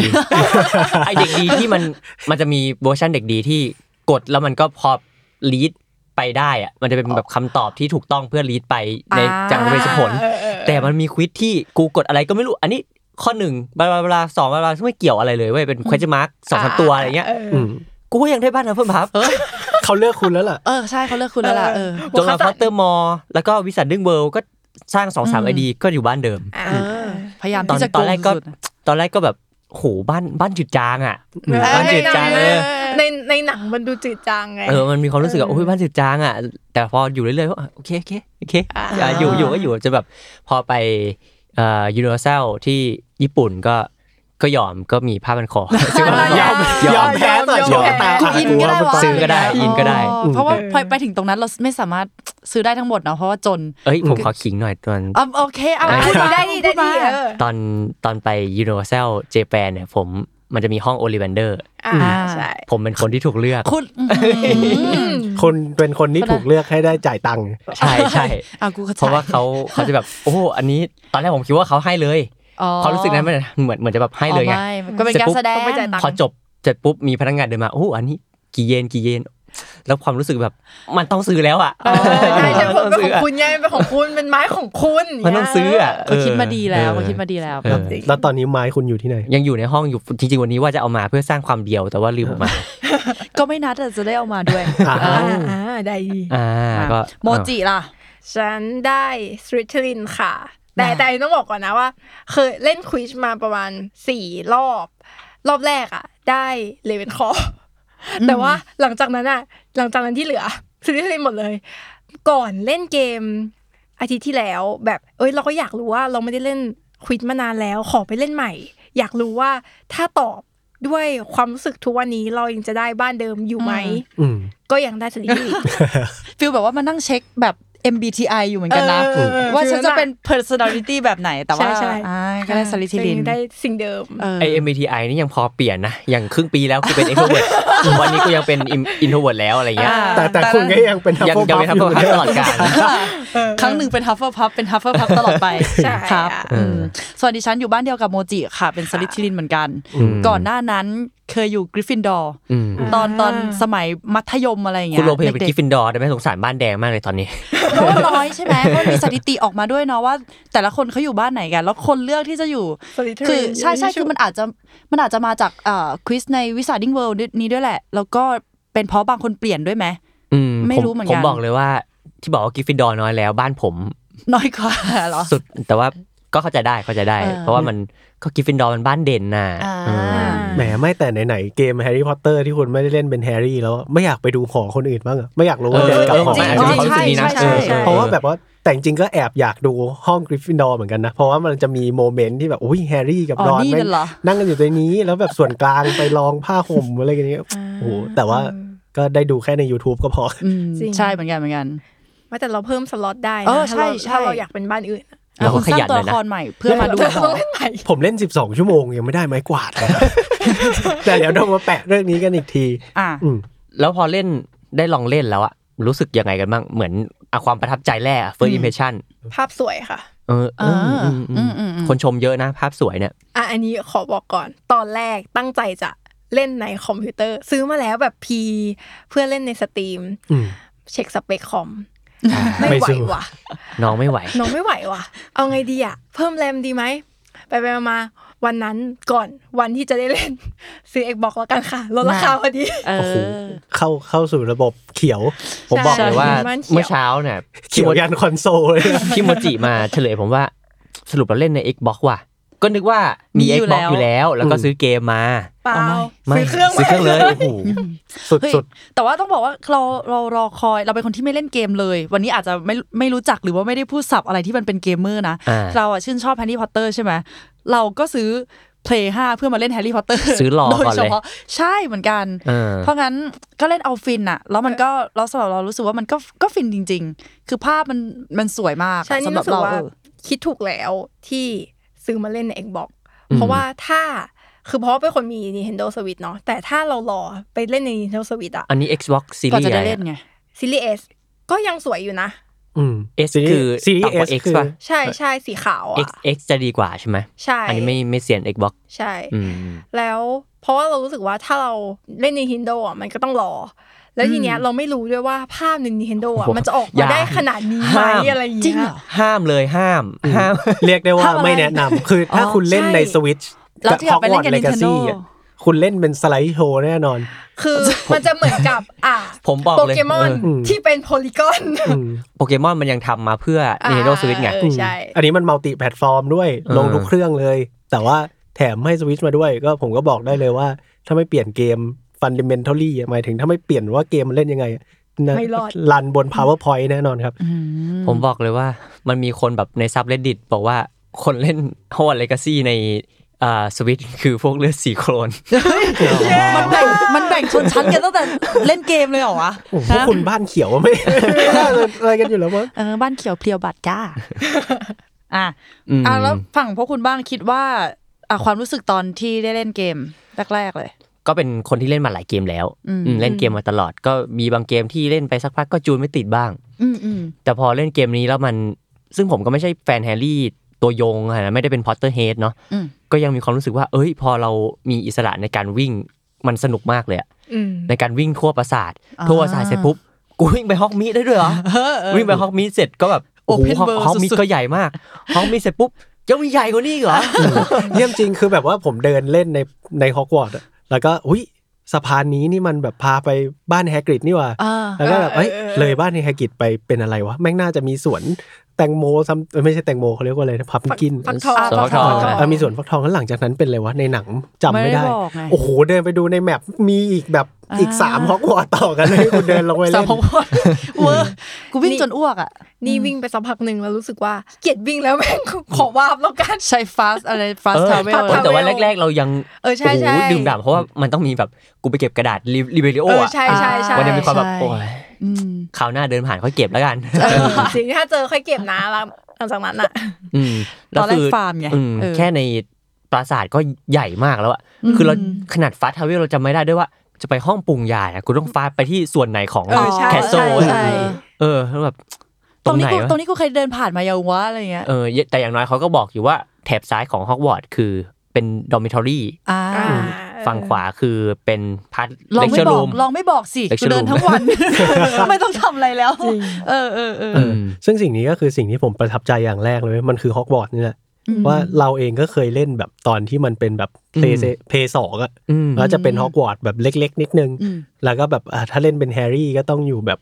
S3: ไอเด็กดีที่มันมันจะมีเวอร์ชันเด็กดีที่กดแล้วมันก็พอลีดไปได้อะมันจะเป็นแบบคำตอบที่ถูกต้องเพื่อลีดไปใน
S1: อ่า
S3: จากเวชผล
S4: เออเออเออ
S3: แต่มันมีควิดที่กูกดอะไรก็ไม่รู้ อันนี้ข้อหนึ่งบลาบลาบลาสองบลาบลาซึ่งไม่เกี่ยวอะไรเลยเว้ยเป็น question mark สองสามตัวอะไรเงี้ย
S2: อืม
S3: กูก็ยังได้บ้านนะเพิ่มพับ
S2: เขาเลือกคุณแล้วล่ะ
S1: เออใช่เขาเลือกคุณแล้วล่ะเออ
S3: จนมาพอตเตอร์มอแล้วก็วิสันดึงเวิลก็สร้างสองสาม
S1: อืม
S3: ไอดีก็อยู่บ้านเดิม
S4: อ่า
S1: เออพยายาม
S3: ตอน
S1: ที่จะ
S3: ตอนแรกก็
S1: โงสุดๆะ
S3: ตอนแรกก็แบบโหบ้านบ้านจุดจางอ่ะ
S2: อืม
S3: บ้านจุดจางเออ
S4: ในในหนังมันดูจืดจางไง
S3: เออ มันมีความรู้สึกว่า
S4: เออ
S3: โอ้ยบ้านจืดจางอ่ะ แต่พออยู่เรื่อยๆก็อ่ะโอเค โอเค โอเค
S4: อ่า
S3: อ่ะอยู่อยู่ก็อยู่จะแบบพอไปเอ่อยูนิเวอร์แซลที่ญี่ปุ่นก็ก็ยอมก็มีผ้าพันคอ ซึ่งว่ายอมย
S2: ย
S3: อ
S2: อ
S3: ม
S2: มแพ้ต่อย
S4: อม
S2: ชะตา
S1: คืออินก็ได้
S2: ลัว
S1: วะ
S2: มัน
S3: ซื้อก็ได้อินก็ได้
S1: อ๋อเพราะว่าพอไปถึงตรงนั้นเราไม่สามารถซื้อได้ทั้งหมดเนาะเพราะว่าจน
S3: เอ้ย ผมขอขิงหน่อยตอน
S1: อ่ะโอเค เอา
S4: ได้
S1: พู
S4: ดี
S1: มา
S4: ได้ดีได้ดี
S1: พูมา
S4: เออ
S3: ตอนตอนไปยูนิเวอร์แซลเจแปนเนี่ยผมมันจะมีห้องโอลิ v a นเดอร์
S4: อ่าใช่
S3: ผมเป็นคนที่ถูกเลือก
S1: คุณ
S4: อืม
S2: คนเป็นคนที่ถูกเลือกให้ได้จ่ายตังค์
S3: ใช่ใช่
S1: อ่ะกู
S3: เพราะว่าเขาเขาจะแบบโอ้อันนี้ตอนแรกผมคิดว่าเขาให้เลยความรู้สึกนั้นมันเหมือนเหมือนจะแบบให้เลยไง
S1: ก็เป็นการแสดง
S4: ต้องไปจ่ายตัง
S3: พอ
S4: ค์
S3: จบเสร็จปุ๊บมีพนักงานเดินมาโอ้อันนี้กี่เยนกี่เยน แล้วความรู้สึกแบบมันต้องซื้อแล้วอ่ะ
S4: เออใช่ใช่
S3: มัน
S4: เพราะ
S3: ต้อง
S4: เป็น
S3: ซื้อ
S4: ของ
S3: อ่ะ
S4: คุณไงเป็นของคุณเป็นไม้ของคุณ
S3: มันต้องซื้ออ่ะ
S4: เ
S3: เอ
S1: เขา
S3: อ
S1: คิดมาดีแล้วเขา
S3: เออ
S1: คิดมาดีแล้ว
S3: เออ
S2: แล้วตอนนี้ไม้คุณอยู่ที่ไหน
S3: ยังอยู่ในห้องอยู่จริงๆวันนี้ว่าจะเอามาเพื่อสร้างความเดียวแต่ว่าลืมออกมา
S1: ก็ไม่นัดแต่จะได้เอามาด้วย
S2: อ่า
S1: เอ
S4: อ่า
S1: อ
S4: อ่าได้ดี
S3: อ่าก็
S1: โมจิล่ะ
S4: ฉันได้สตริทลินค่ะ แต่
S1: น่ะ
S4: แต่ต้องบอกก่อนนะว่า เคยเล่นควิชมาประมาณสี่รอบ รอบแรกอ่ะ ได้เลเวนคอแต่ว่าหลังจากนั้นอ่ะ หลังจากนั้นที่เหลือสตริทลินหมดเลย ก่อนเล่นเกมอาทิตย์ที่แล้ว แบบเอ้ยเราก็อยากรู้ว่าเราไม่ได้เล่นควิชมานานแล้วขอไปเล่นใหม่ อยากรู้ว่าถ้าตอบด้วยความรู้สึกทุกวันนี้เรายังจะได้บ้านเดิมอยู่ไหม
S2: อืม
S4: ก็ยังได้สตริทลิน
S1: ฟิลแบบว่ามานั่งเช็คแบบ MBTI อยู่เหมือนกันนะ
S4: เออเออ
S1: ว่าฉันจะเป็น
S4: ฟิลนั้น
S1: personality แบบไหนแต่ว่า
S4: ใช่ใช่
S1: อ่าก็ได้สลิทิลิน
S4: ก็ยังได้สิ่งเดิม
S1: เออ
S3: ไอเอ็มบีทีไอนี่ยังพอเปลี่ยนนะอย่างครึ่งปีแล้วคือเป็น introvert วันนี้กูยังเป็นอินโทรเวิร์แล้วอะไรเงี้ย
S1: อ่า
S2: แต่แต่คุณก็ยังเป็นทัพ
S3: ยัง
S2: เฟิล
S3: ยัง
S2: พั
S3: ไม่
S2: บ
S3: ทำ
S2: อยู่
S3: ความ
S2: นะ
S3: ตลอดกาล
S1: ครั้งหนึ่งเป็นทัฟเฟิลพับเป็นทัฟเฟิลพับตลอดไป
S4: ใช่
S1: ครับ
S4: อ่ะ
S1: อืมส่วนดิฉันอยู่บ้านเดียวกับโมจิค่ะ เป็นสลิดทิลินเหมือนกัน
S3: อืม
S1: ก่อนหน้านั้นเคยอยู่กริฟฟินดอร์
S3: อืม
S1: ตอนตอนสมัยมัธยมอะไรอย่าง
S3: คุ
S1: เงี้
S3: ณ
S1: ย
S3: โรเพเป็น
S1: ด็
S3: กิฟฟินดอร์ได้ไหมสงสารบ้านแดงมากเลยตอนนี้
S1: เพราะว่าน้อยใช่ไหมเพราะมีสถิติออกมาด้วยเนาะว่า แต่ละคนเขาอยู่บ้านไหนกัน แล้วคนเลือกที่จะอยู่
S4: Solitary
S1: คือใช่ใช่คือมัน
S4: ยู่
S1: อาจจะมันอาจจะมาจากเอ่อควิสในวิสาดิ้งเวิลด์นี้ด้วยแหละ แล้วก็เป็นเพราะบางคนเปลี่ยนด้วยไหม
S3: อืม
S1: ไม่
S3: ผ
S1: รู้เหมือนกัน
S3: ผมบอกเลยว่าที่บอกว่ากิฟฟินดอร์น้อยแล้วบ้านผม
S1: น้อยกว่าเหรอ
S3: สุดแต่ว่าก็เข้าใจได้เข้าใจได้
S1: เออ
S3: เพราะว่ามันก็กิฟฟินดอร์มันบ้านเด่นน่ะ
S1: อ่า
S3: อืม
S2: แหมไม่แต่ไหนๆเกมแฮร์รี่พอตเตอร์ที่คุณไม่ได้เล่นเป็นแฮร์รี่แล้ว ไม่อยากไปดูหอคนอื่นบ้างเหรอไม่อยากรู้ว่าเดินกลับหอ
S3: เออ
S2: ไหน
S3: เออผมอาจจะมีความรู้สึกนี้นะ
S1: ใช่ใช่ใช่
S3: ออ
S2: เพราะว่าแบบว่าแต่จริงๆก็แอบอยากดูห้องกริฟฟินดอร์เหมือนกันนะ เพราะว่ามันจะมีโมเมนต์ที่แบบอุ้ยแฮร์รี่กับ
S1: อ๋อ
S2: รอน
S1: นี่
S2: แม่ง
S1: นั่นเหรอ
S2: นั่งกันอยู่ในนี้ แล้วแบบส่วนกลางไปลองผ้าห่มอะไรกันเนี้ยโอ้โหแต่ว่าก็ได้ดูแค่ใน YouTube ก็พอ
S1: อืม
S4: จริง
S1: ใช่เหมือนกันเหมือนกัน
S4: ว่าแต่เราเพิ่มสล็อตได้นะ
S1: เออใช่ใช่
S4: ถ้าเราถ้าเราอยากเป็นบ้านอื่นอะ
S3: เราก็
S1: คุณ
S3: ข
S1: สร้าง
S3: ยัน
S1: ตัว
S3: เล
S1: ละ
S3: ยนะ
S1: ครใหม่เพื่อมาดู
S4: เรา
S1: หอ
S4: ต้องเล่นใหม่
S2: ผมเล่น 12 ชั่วโมงยังไม่ได้ไม้กวาด เลยนะ แต่เดี๋ยวเรามาแปะเรื่องนี้กันอีกที
S1: อ่ะ
S2: อืม
S3: แล้วพอเล่นได้ลองเล่นแล้วอะรู้สึกยังไงกันบ้างเหมือน อ่ะความประทับใจแรก first
S1: อืม
S3: impression
S4: ภาพสวยค่ะ
S3: เออเอออืมอืม
S1: อ่าอืมอืม
S3: คนชมเยอะนะ ภาพสวยเนี่ย
S4: อ่ะอันนี้ขอบอกก่อน ตอนแรกตั้งใจจะเล่นในคอมพิวเตอร์ ซื้อมาแล้วแบบพีเพื่อเล่นในสตรีม
S2: อืม
S4: เช็คสเปคคอม
S2: ไม่
S4: ไม่ไหว
S2: สู้
S4: ว่ะ
S3: น้องไม่ไหว
S4: น้องไม่ไหวว่ะ เอาไงดีอ่ะ เพิ่มแรมดีไหม ไปไปมามาวันนั้นก่อนวันที่จะได้เล่น ซื้อ Xbox แล้วกันค่ะ ลดราคาพอดี
S1: เอ
S2: โอ้โห
S1: อ
S2: เข้าเข้าสู่ระบบเขียว
S3: ผมบอกเลยว่า
S4: ใช่มันเขียว
S3: เมื่อเช้าเนี่ย
S2: เขียวยันคอนโซลเลย
S3: พี่โมจิมาเฉลยผมว่าสรุปเราเล่นใน Xbox ว่ะ ก็นึกว่ามี
S1: มีอยู่
S3: Xbox
S1: แล้ว
S3: อยู่แล้ว แล้วก็
S2: อืม
S3: ซื้อเกมมา
S4: เปล่า
S1: เอาไหม
S3: ไม่
S4: ซื้อเครื่อง
S3: ซื้อเครื่องเลยโอ้โห
S2: สุด
S1: เฮ้ย
S2: สุด
S1: แต่ว่าต้องบอกว่าเราเรารอคอยเราเป็นคนที่ไม่เล่นเกมเลย วันนี้อาจจะไม่ไม่รู้จักหรือว่าไม่ได้พูดศัพท์อะไรที่มันเป็นเกมเมอร์นะ
S3: อ่า
S1: เราอ่ะชื่นชอบแฮร์รี่พอตเตอร์ใช่ไหมเราก็ซื้อ Play 5 เพื่อมาเล่นแฮร์รี่พอตเตอร์
S3: ซื้อรอ
S1: โดย
S3: ก่อน
S1: เฉ
S3: เลย
S1: พาะใช่เหมือนกัน
S3: เออ
S1: เพราะงั้นก็เล่นเอาฟินอะแล้วมันก็เราสำหรับเรารู้สึกว่ามันก็ก็ฟินจริง ๆ คือภาพมันมันสวยมาก
S4: ใช่
S1: สำ
S4: นี่
S1: หรับ
S4: รู้สึก
S1: เรา
S4: ว่า
S1: เออ
S4: คิดถูกแล้วที่ซื้อมาเล่นใน Xbox
S3: อืม
S4: เพราะว่าถ้าคือเพราะว่าเป็นคนมี Nintendo Switch เนาะแต่ถ้าเรารอไปเล่นใน Nintendo Switch อะ
S3: อันนี้ Xbox
S1: ก่อน
S3: Series
S1: จะ
S3: อะ
S1: ได้
S3: ไร
S1: เล่น
S3: อะ
S1: ไง
S4: ซีรีส์ S ก็ยังสวยอยู่นะ
S2: อืม
S3: S คือ
S2: ซีรี
S3: ต่ำกว่า
S2: ส์
S3: X
S2: คือ
S3: ป่ะ
S4: ใช่ใช่สีขาวอะ
S3: X X จะดีกว่าใช่ไหม
S4: ใช่
S3: อันนี้ไม่ไม่เสียน Xbox
S4: ใช่
S3: อืม
S4: แล้วเพราะว่าเรารู้สึกว่าถ้าเราเล่น Nintendo อ่ะมันก็ต้องรอ แล้วทีเนี้ย
S1: อืม
S4: เราไม่รู้ด้วยว่าภาพใน Nintendo อ่ะ
S3: โอ้โห
S4: มันจะออก
S3: อ
S4: มา
S3: ย่า
S4: ได้ขนาดนี้ไหม
S3: ห้าม
S4: อะไรอย่าง
S1: จริง
S4: เงี้
S1: เหร
S4: ย
S1: อ
S3: ห้ามเลยห้ามห้าม
S2: เรียกได้ว่า
S1: ทำอะไร
S2: ไม่แนะนำคือถ้า
S1: อ๋อ
S2: คุณเล่น
S4: ใช่
S2: ในสวิตช์
S1: แล้วที่อยากไปเล่นกับ
S2: เลกา
S1: Nintendo
S2: ซี่คุณเล่นเป็นสไลด์โชว์แน่นอน
S4: คือมันจะเหมือนกับอ่ะ
S3: ผมบอก
S4: โป
S3: เลย
S4: เกมอน
S2: เออ
S4: ที่เป็นโพลีกอน
S2: อืม
S3: โปเกมอนมันยังทำมาเพื่อ Nintendo Switch ไง
S4: เออใช่
S2: อันนี้มันมัลติแพลตฟอร์มด้วย
S3: เออ
S2: ลงทุกเครื่องเลย แต่ว่าแถมให้สวิตช์มาด้วย ก็ผมก็บอกได้เลยว่า ถ้าไม่เปลี่ยนเกมฟันเดเมนทัลลี่หมายถึงถ้าไม่เปลี่ยนว่าเกมมันเล่นยังไงนะ
S4: ไม่รอด
S2: รันบน powerpoint แน่นอนครับ
S1: อื
S3: ผมบอกเลยว่ามันมีคนแบบในซับ reddit บอกว่าคนเล่น h o ว d Legacy ในอ่าสวิตคือพวกเลือดสีโครน
S1: มันแบ่งมันแบ่งชนชั้นกันตั้งแต่ เล่นเกมเลยเหรอวะ
S2: โอ้โหพวกคุณบ้านเขียวอะไม่ ไม่น่าจะอะไรกันอยู่แล้วมั้ง
S1: เออบ้านเขียวเพลียวบัตรจ้า อ่ะ
S3: อืม
S1: อ่ะแล้วฝั่งพวกคุณบ้างคิดว่าอ่ะความรู้สึกตอนที่ได้เล่นเกมแรกๆเลย
S3: ก็เป็นคนที่เล่นมาหลายเกมแล้ว
S1: อืม
S3: อืมเล่นเกมมาตลอด ก็มีบางเกมที่เล่นไปสักพักก็จูนไม่ติดบ้าง
S1: อืมอืม
S3: แต่พอเล่นเกมนี้แล้วมัน ซึ่งผมก็ไม่ใช่แฟนแฮร์รี่ตัวยงอะนะไม่ได้เป็นพอตเตอร์เฮดเนาะ
S1: อืม
S3: ก็ยังมีความรู้สึกว่า เอ้ย พอเรามีอิสระในการวิ่ง มันสนุกมากเลยอะ
S4: อืม
S3: ในการวิ่งทั่วปราสาท
S1: อ่า
S3: ทั่วปราสาทเสร็จปุ๊บ กูวิ่งไปฮอกมีดได้ด้วยเหรอ
S1: เออเออ
S3: วิ่งไปฮอกมีดเสร็จก็แบบ โอ้โห
S1: Open
S3: ฮอก
S1: world
S3: ฮอกมีด
S1: สุดๆ
S3: ก็ใหญ่มาก ฮอกมีดเสร็จปุ๊บ ยังมีใหญ่กว่านี้อีกเหรอ
S2: เนี่ยจริงคือแบบว่าผมเดินเล่นในในฮอกวอตส์แล้วก็อุ้ยสะพานนี้นี่มันแบบพาไปบ้านแฮกริดนี่หว่า
S1: อ่า
S2: แล้วก็แบบเอ้ยเลยบ้านแฮกริดไปเป็นอะไรวะ แม่งน่าจะมีสวนแตงโมซัมเอ้ยไม่ใช่แตงโมเขาเรียกว่าอะไรนะพับกิน
S4: ฟักทอง
S3: สำหรับทอง
S4: ฟัก
S2: เออมีสวนฟักทองแล้วหลังจากนั้นเป็นอะไรวะในหนังจำไม่ได้
S1: ไม่ได้บอกไง
S2: โอ้โหเดินไปดูในแมปมีอีกแบบอีก
S1: อ่า
S2: สามฮอกวอตส์ต่อกันเลยคุณเดินลงไป
S1: สา
S2: เล่
S1: ม
S2: น
S1: พันคน เวอร์กูวิ่งจนอ้วกอ่ะ
S4: นี่วิ่งไปสักพักหนึ่งแล้วรู้สึกว่าเกลียดวิ่งแล้วแม่งขอวาบแล้วกัน
S1: ใช้ fast อะไร
S3: เอ
S1: fast
S3: อ
S1: travel
S3: เออแต่ว่าแรก ๆ เรายัง
S4: เออใช่
S3: โอ้โห
S4: ใช่
S3: ดื่มด่ำเพราะว่ามันต้องมีแบบกูไปเก็บกระดาษริเบริโอ
S4: เออ
S3: อะ
S4: ใช่ใช่ใช่
S3: มันยังมีความแบบ
S1: ใช่
S3: โอ้ย
S1: อืม
S3: คราวหน้าเดินผ่านค่อยเก็บแล้วกัน
S4: เออสิ่งที่ถ้าเจอค่อยเก็บนะแล้วหลังจากนั้นอ่ะ
S3: อืม
S1: ตอนแรก
S3: คื
S1: ฟาร์มไง
S3: อื
S1: เออ
S3: แค่ในปราสาทก็ใหญ่มากแล้วอะ
S1: อืม
S3: คือเราขนาดฟาสทาวเวลเราจำไม่ได้ด้วยว่า จะไปห้องปรุงยาเนี่ยคุณต้องฟาสไปที่ส่วนไหนของ
S4: เออใช่
S3: แคสโซล
S4: ใช่ใช่
S3: เออแล้วแบบต
S1: ต
S3: ร
S1: รง
S3: ง
S1: นี้
S3: ไหน
S1: กู
S3: วะ
S1: ตรงนี้กูเคยเดินผ่านมายาวะอะไรเงี้ย
S3: เออแต่อย่างน้อยเขาก็บอกอยู่ว่าแถบซ้ายของฮอกวอตส์คือเป็นดอมิทอรี่
S1: อ่า
S4: อ่า
S3: ฝั่งขวาคือเป็นพาร์ท
S1: ลอง
S3: เลคเช
S1: ไม่บ
S3: อร์รู
S1: อก
S3: ม
S1: ลองไม่บอกสิ
S3: Lecture
S1: กูเดินทั้ง วัน ไม่ต้องทำอะไรแล้ว เออเออเออ
S3: อืม
S2: ซึ่งสิ่งนี้ก็คือสิ่งที่ผมประทับใจอย่างแรกเลยเว้ยมันคือฮอกวอตส์นี่แหละ ว่าเราเองก็เคยเล่นแบบตอนที่มันเป็นแบบ
S3: อืม
S2: เพย์เพย์สองอะ
S3: อืม
S2: แล้วจะเป็นฮอกวอตส์แบบเล็ก ๆ นิดนึง
S1: อืม
S2: แล้วก็แบบอ่ะถ้าเล่นเป็นแฮร์รี่ก็ต้องอยู่แบบ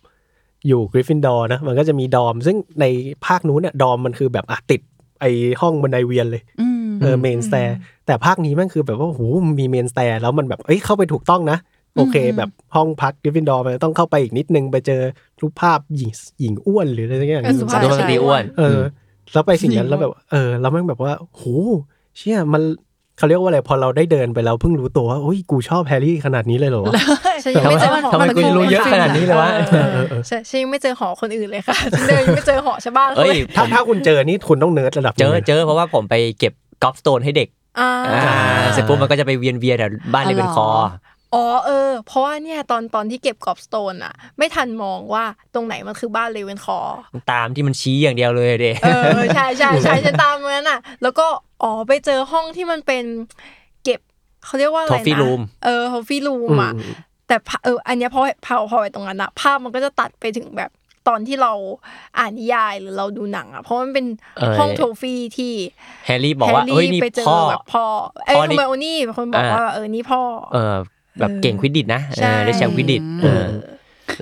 S2: อยู่กริฟฟินดอร์นะ มันก็จะมีดอม ซึ่งในภาคนู้นเนี่ยดอมมันคือแบบอ่ะติดไอห้องบันไดเวียนเลย
S1: อืม
S2: เออเมนสเตร์แต่ภาคนี้มันคือแบบว่าโอ้โหมีเมนสเตร์แล้วมันแบบเอ้ยเข้าไปถูกต้องนะ โอเค
S1: อืม
S2: แบบห้องพักกริฟฟินดอร์มันต้องเข้าไปอีกนิดนึงไปเจอรูปภาพหญิงหญิงอ้วนหรืออะไรสักอย่าง
S4: เออสุภาพ
S3: โดนสตรีอ้วน
S2: เออแล้วไปสิ่งนั้น
S1: ดี
S2: แล้ว
S1: มาก
S2: แบบ เออแล้วแม่งแบบว่าโหเชี่ยมันเขาเรียกว่าอะไรพอเราได้เดินไปเราเพิ่งรู้ตัวว่าโอ้ยกูชอบแฮร์รี่ขนาดนี้เลยเหรอวะ
S4: ฉันยัง
S3: ทำไม
S4: ไม่เจอหอ
S3: ทำไม
S4: คน
S3: กู
S4: อื่น
S3: รู้เยอะ
S4: ล
S3: ขนาดนี้เลยวะ
S4: เออฉันฉันยังไม่เจอหอคนอื่นเลยค่ะฉันเดินยังไม่เจอหอชาวบ้านเขา
S3: เอ้ย
S4: เลย
S2: ถ้าถ้าคุณเจอนี่คุณต้องเนิร์ดระดับห
S3: เจ
S2: นึ่ง
S3: อ
S2: เลยนะ
S3: เจอเพราะว่าผมไปเก็บกอล์ฟสโตนให้เด็ก
S4: อ่า
S3: อ่าเสร็จปุ๊บมันก็จะไปเวียนเวียนแถวบ้าน
S1: อ๋
S3: เล
S1: อเหรอ
S3: เวนคอ
S4: อ๋อเออ เพราะว่าเนี่ยตอนตอนที่เก็บกรอบสโตนอะไม่ทันมองว่าตรงไหนมันคือบ้านเลเวนคอร์
S3: ตามที่มันชี้อย่างเดียวเลยเด
S4: เออใช่ใช่ใช่จะตามนั้นอ่ะ แล้วก็อ๋อไปเจอห้องที่มันเป็นเก็บเขาเรียกว่าอะไรนะ
S3: Trophy room
S4: เออทอฟฟี่รูมอ่ะแต่พะเอออันเนี้ยพอพอพอไปตรงนั้นอ่ะ ภาพมันก็จะตัดไปถึงแบบตอนที่เราอ่านนิยายหรือเราดูหนังอ่ะ เพราะมันเป็น
S3: เออ
S4: ห้องโทฟี่ที่
S3: แฮร์รี่บอกว่า
S4: แฮร์
S3: เอ้ย
S4: รี่
S3: นี่
S4: ไปเจอ
S3: พ่อ
S4: แบบพ่อเอ้ย
S3: พ่อนี่
S4: ทำไมโอนี่เป็นคนบอก
S3: อ่า
S4: ว่าเออนี่พ่อ
S3: เออแบบเก่งควิดดิตนะเอ
S4: ใช่
S3: อได้แชมป์ควิดดิตเออ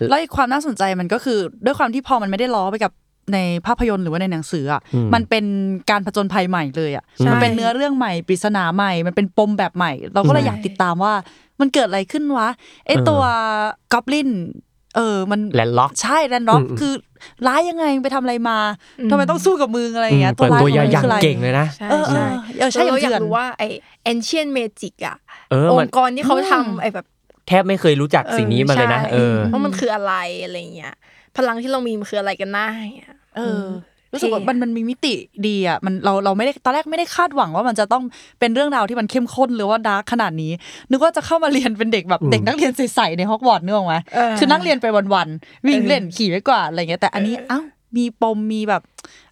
S1: แล้วอีกความน่าสนใจมันก็คือ ด้วยความที่พอมันไม่ได้ล้อไปกับในภาพยนตร์หรือว่าในหนังสืออ่ะ
S3: อืม
S1: มันเป็นการผจญภัยใหม่เลยอ่ะ
S4: ใช่
S1: มันเป็นเนื้อเรื่องใหม่ปริศนาใหม่ มันเป็นปมแบบใหม่ เราก็เลยอยากติดตามว่า มันเกิดอะไรขึ้นวะไอตัวกอบลินเออมัน
S3: แลนด์ล็อก
S1: ใช่แรนด์ร็อก
S2: อืม
S1: คือร้ายยังไงไปทำอะไรมา
S4: อืม
S1: ทำไมต้องสู้กับมืออะไรอย่างเงี้ย
S3: เปิด
S1: ร้าย
S3: ตัว
S1: ข
S3: ยา
S1: องมัน
S3: อย่าง
S1: คืออะไร
S3: เก่งเลยนะ
S4: ใช่
S1: เออเอ
S4: ใช่
S1: อเออใช่
S4: เรา
S1: อ
S4: อยา
S1: ย่าง
S4: ก
S1: เถื่อน
S4: รู้ว่าไอ ancient magic อ่ะ
S3: เออ
S4: อ
S3: มัน
S4: งค์กรที่เขา
S1: อืม
S4: ทำไอแบบ
S3: แทบไม่เคยรู้จักสิ่งนี้มาเลยนะ
S4: ใช่
S3: เออ
S4: ว่ามันคืออะไรอะไรเงี้ยพลังที่เรามีมันคืออะไรกันหน้าเงี้ย
S1: เออ รู้
S4: เท่
S1: สึกว่ามันมันมีมิติดีอ่ะมันเราเราไม่ได้ตอนแรกไม่ได้คาดหวังว่ามันจะต้องเป็นเรื่องราวที่มันเข้มข้นหรือว่าดาร์กขนาดนี้ นึกว่าจะเข้ามาเรียนเป็นเด็กแบบ
S2: อืม
S1: เด็กนักเรียนใสๆในฮอกวอตส์นึกออกไหม
S4: เออ
S1: คือนั่งเรียนไปวันๆวิ่ง
S4: เออ
S1: เล่นขี่ไว้กว่าดอะไรเงี้ยแต่อันนี้เอ้ามีปมมีแบบ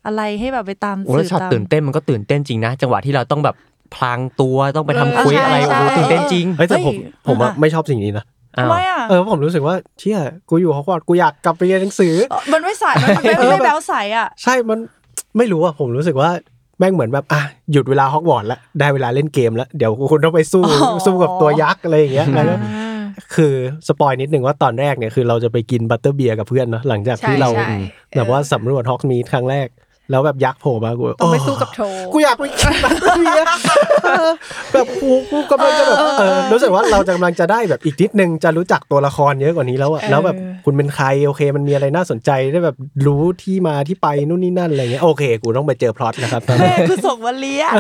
S1: อะไรให้แบบไปตาม
S3: โอ้
S1: สื
S3: แล้ว
S1: บ
S3: ช็อต
S1: ตาม
S3: ตื่นเต้นมันก็ตื่นเต้นจริงนะ จังหวะที่เราต้องแบบพลางตัวต้องไป
S4: เออ
S3: ทำคุย
S4: ใช่
S3: อะไรโอ้โห
S4: ใช่
S3: ตื่นเต้นจริง
S2: เฮ้ยแต่ผม
S1: เฮ้ย
S2: ผมว่า
S1: อ่ะ
S2: ไม่ชอบสิ่งนี้นะ
S3: อ้าว
S1: ทำไมอ่ะ
S2: เออผมรู้สึกว่าเชี่ยกูอยู่ฮอกวอตส์กูอยากกลับไปเรียนหนังสือ
S1: เออมันไม่ใสมันไม่
S2: เออแบบ
S1: ไม่แบ้วใสอ่ะ
S2: ใช่มันไม่รู้อะผมรู้สึกว่าแม่งเหมือนแบบอ่ะหยุดเวลาฮอกวอตส์ละได้เวลาเล่นเกมแล้ว เดี๋ยวคุณต้องไปสู้
S1: อ๋อ
S2: สู้กับตัวยักษ์อะไรอย่างเงี้ยแล้วก็ คือสปอยนิดหนึ่งว่าตอนแรกเนี่ยคือเราจะไปกินบัตเตอร์เบียร์กับเพื่อนเนาะหลังจาก
S4: ใช่
S2: ที่เรา
S4: ใช่
S2: แบบว่าสำรวจฮอกมีดครั้งแรก แล้วแบบยักษ์โผล่มากูแบบ
S4: ต้องไปสู้
S2: โ
S4: กับโทร
S2: กูอยากไปกินบัตเตอร์เบียร์ แบบกูกูกำลังจะแบบเออรู้สึกว่าเราจะกำลังจะได้แบบอีกนิดนึงจะรู้จักตัวละครเยอะกว่านี้แล้วอะ
S4: เออ
S2: แล้วแบบคุณเป็นใครโอเค มันมีอะไรน่าสนใจได้แบบรู้ที่มาที่ไปนู่นนี่นั่นอะไรเงี้ยโอเค กูต้องไปเจอพล็อตนะครับตอน
S1: แม่
S2: นี้
S1: คือส่งมาเลี้ยง